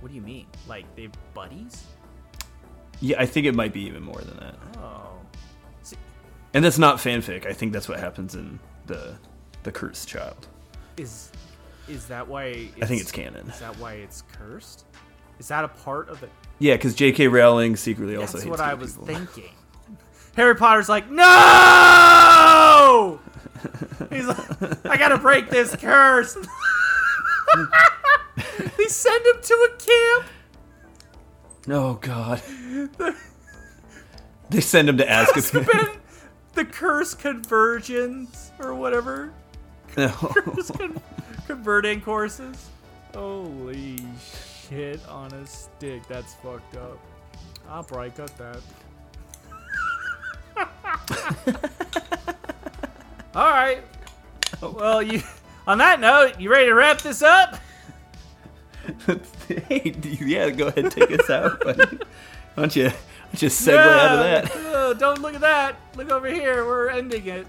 Speaker 2: What do you mean? Like they buddies?
Speaker 1: Yeah, I think it might be even more than that.
Speaker 2: Oh. See,
Speaker 1: And that's not fanfic. I think that's what happens in the the cursed child.
Speaker 2: is is that why
Speaker 1: I think it's canon.
Speaker 2: Is that why it's cursed? Is that a part of the?
Speaker 1: Yeah, because J.K. Rowling secretly also
Speaker 2: That's
Speaker 1: hates
Speaker 2: what I
Speaker 1: gay
Speaker 2: was
Speaker 1: people.
Speaker 2: thinking. Harry Potter's like, no. He's like, I gotta break this curse. they send him to a camp.
Speaker 1: Oh God. they send him to Azkaban.
Speaker 2: Been the curse conversions or whatever.
Speaker 1: no.
Speaker 2: Just con- converting courses. Holy shit on a stick. That's fucked up. I'll probably cut that. All right. Well, you. On that note, you ready to wrap this up?
Speaker 1: hey, d- yeah, go ahead, take us out, buddy. Why don't you just segue out of that?
Speaker 2: No, don't look at that. Look over here. We're ending it.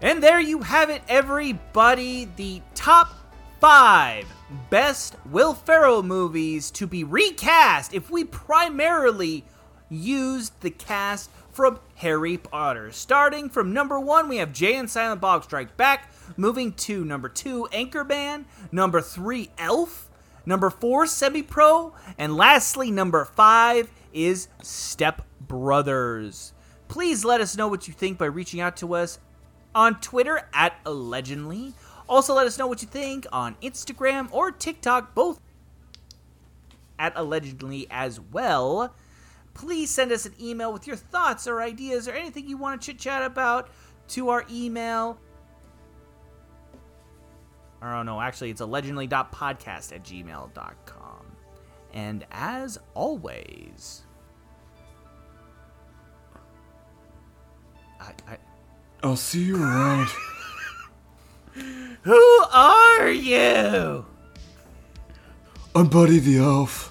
Speaker 2: and there you have it, everybody. The top five best Will Ferrell movies to be recast if we primarily used the cast from Harry Potter. Starting from number one, we have Jay and Silent Bob Strike Back. Moving to number two, Anchorman. Number three, Elf. Number four, Semi Pro. And lastly, number five is Step Brothers. Please let us know what you think by reaching out to us on Twitter at Allegedly. Also, let us know what you think on Instagram or TikTok, both at Allegedly as well. Please send us an email with your thoughts or ideas or anything you want to chit chat about to our email. Or, oh no, actually, it's allegedly.podcast at gmail.com. And as always, I, I,
Speaker 4: I'll see you around.
Speaker 2: Who are you?
Speaker 4: I'm Buddy the Elf.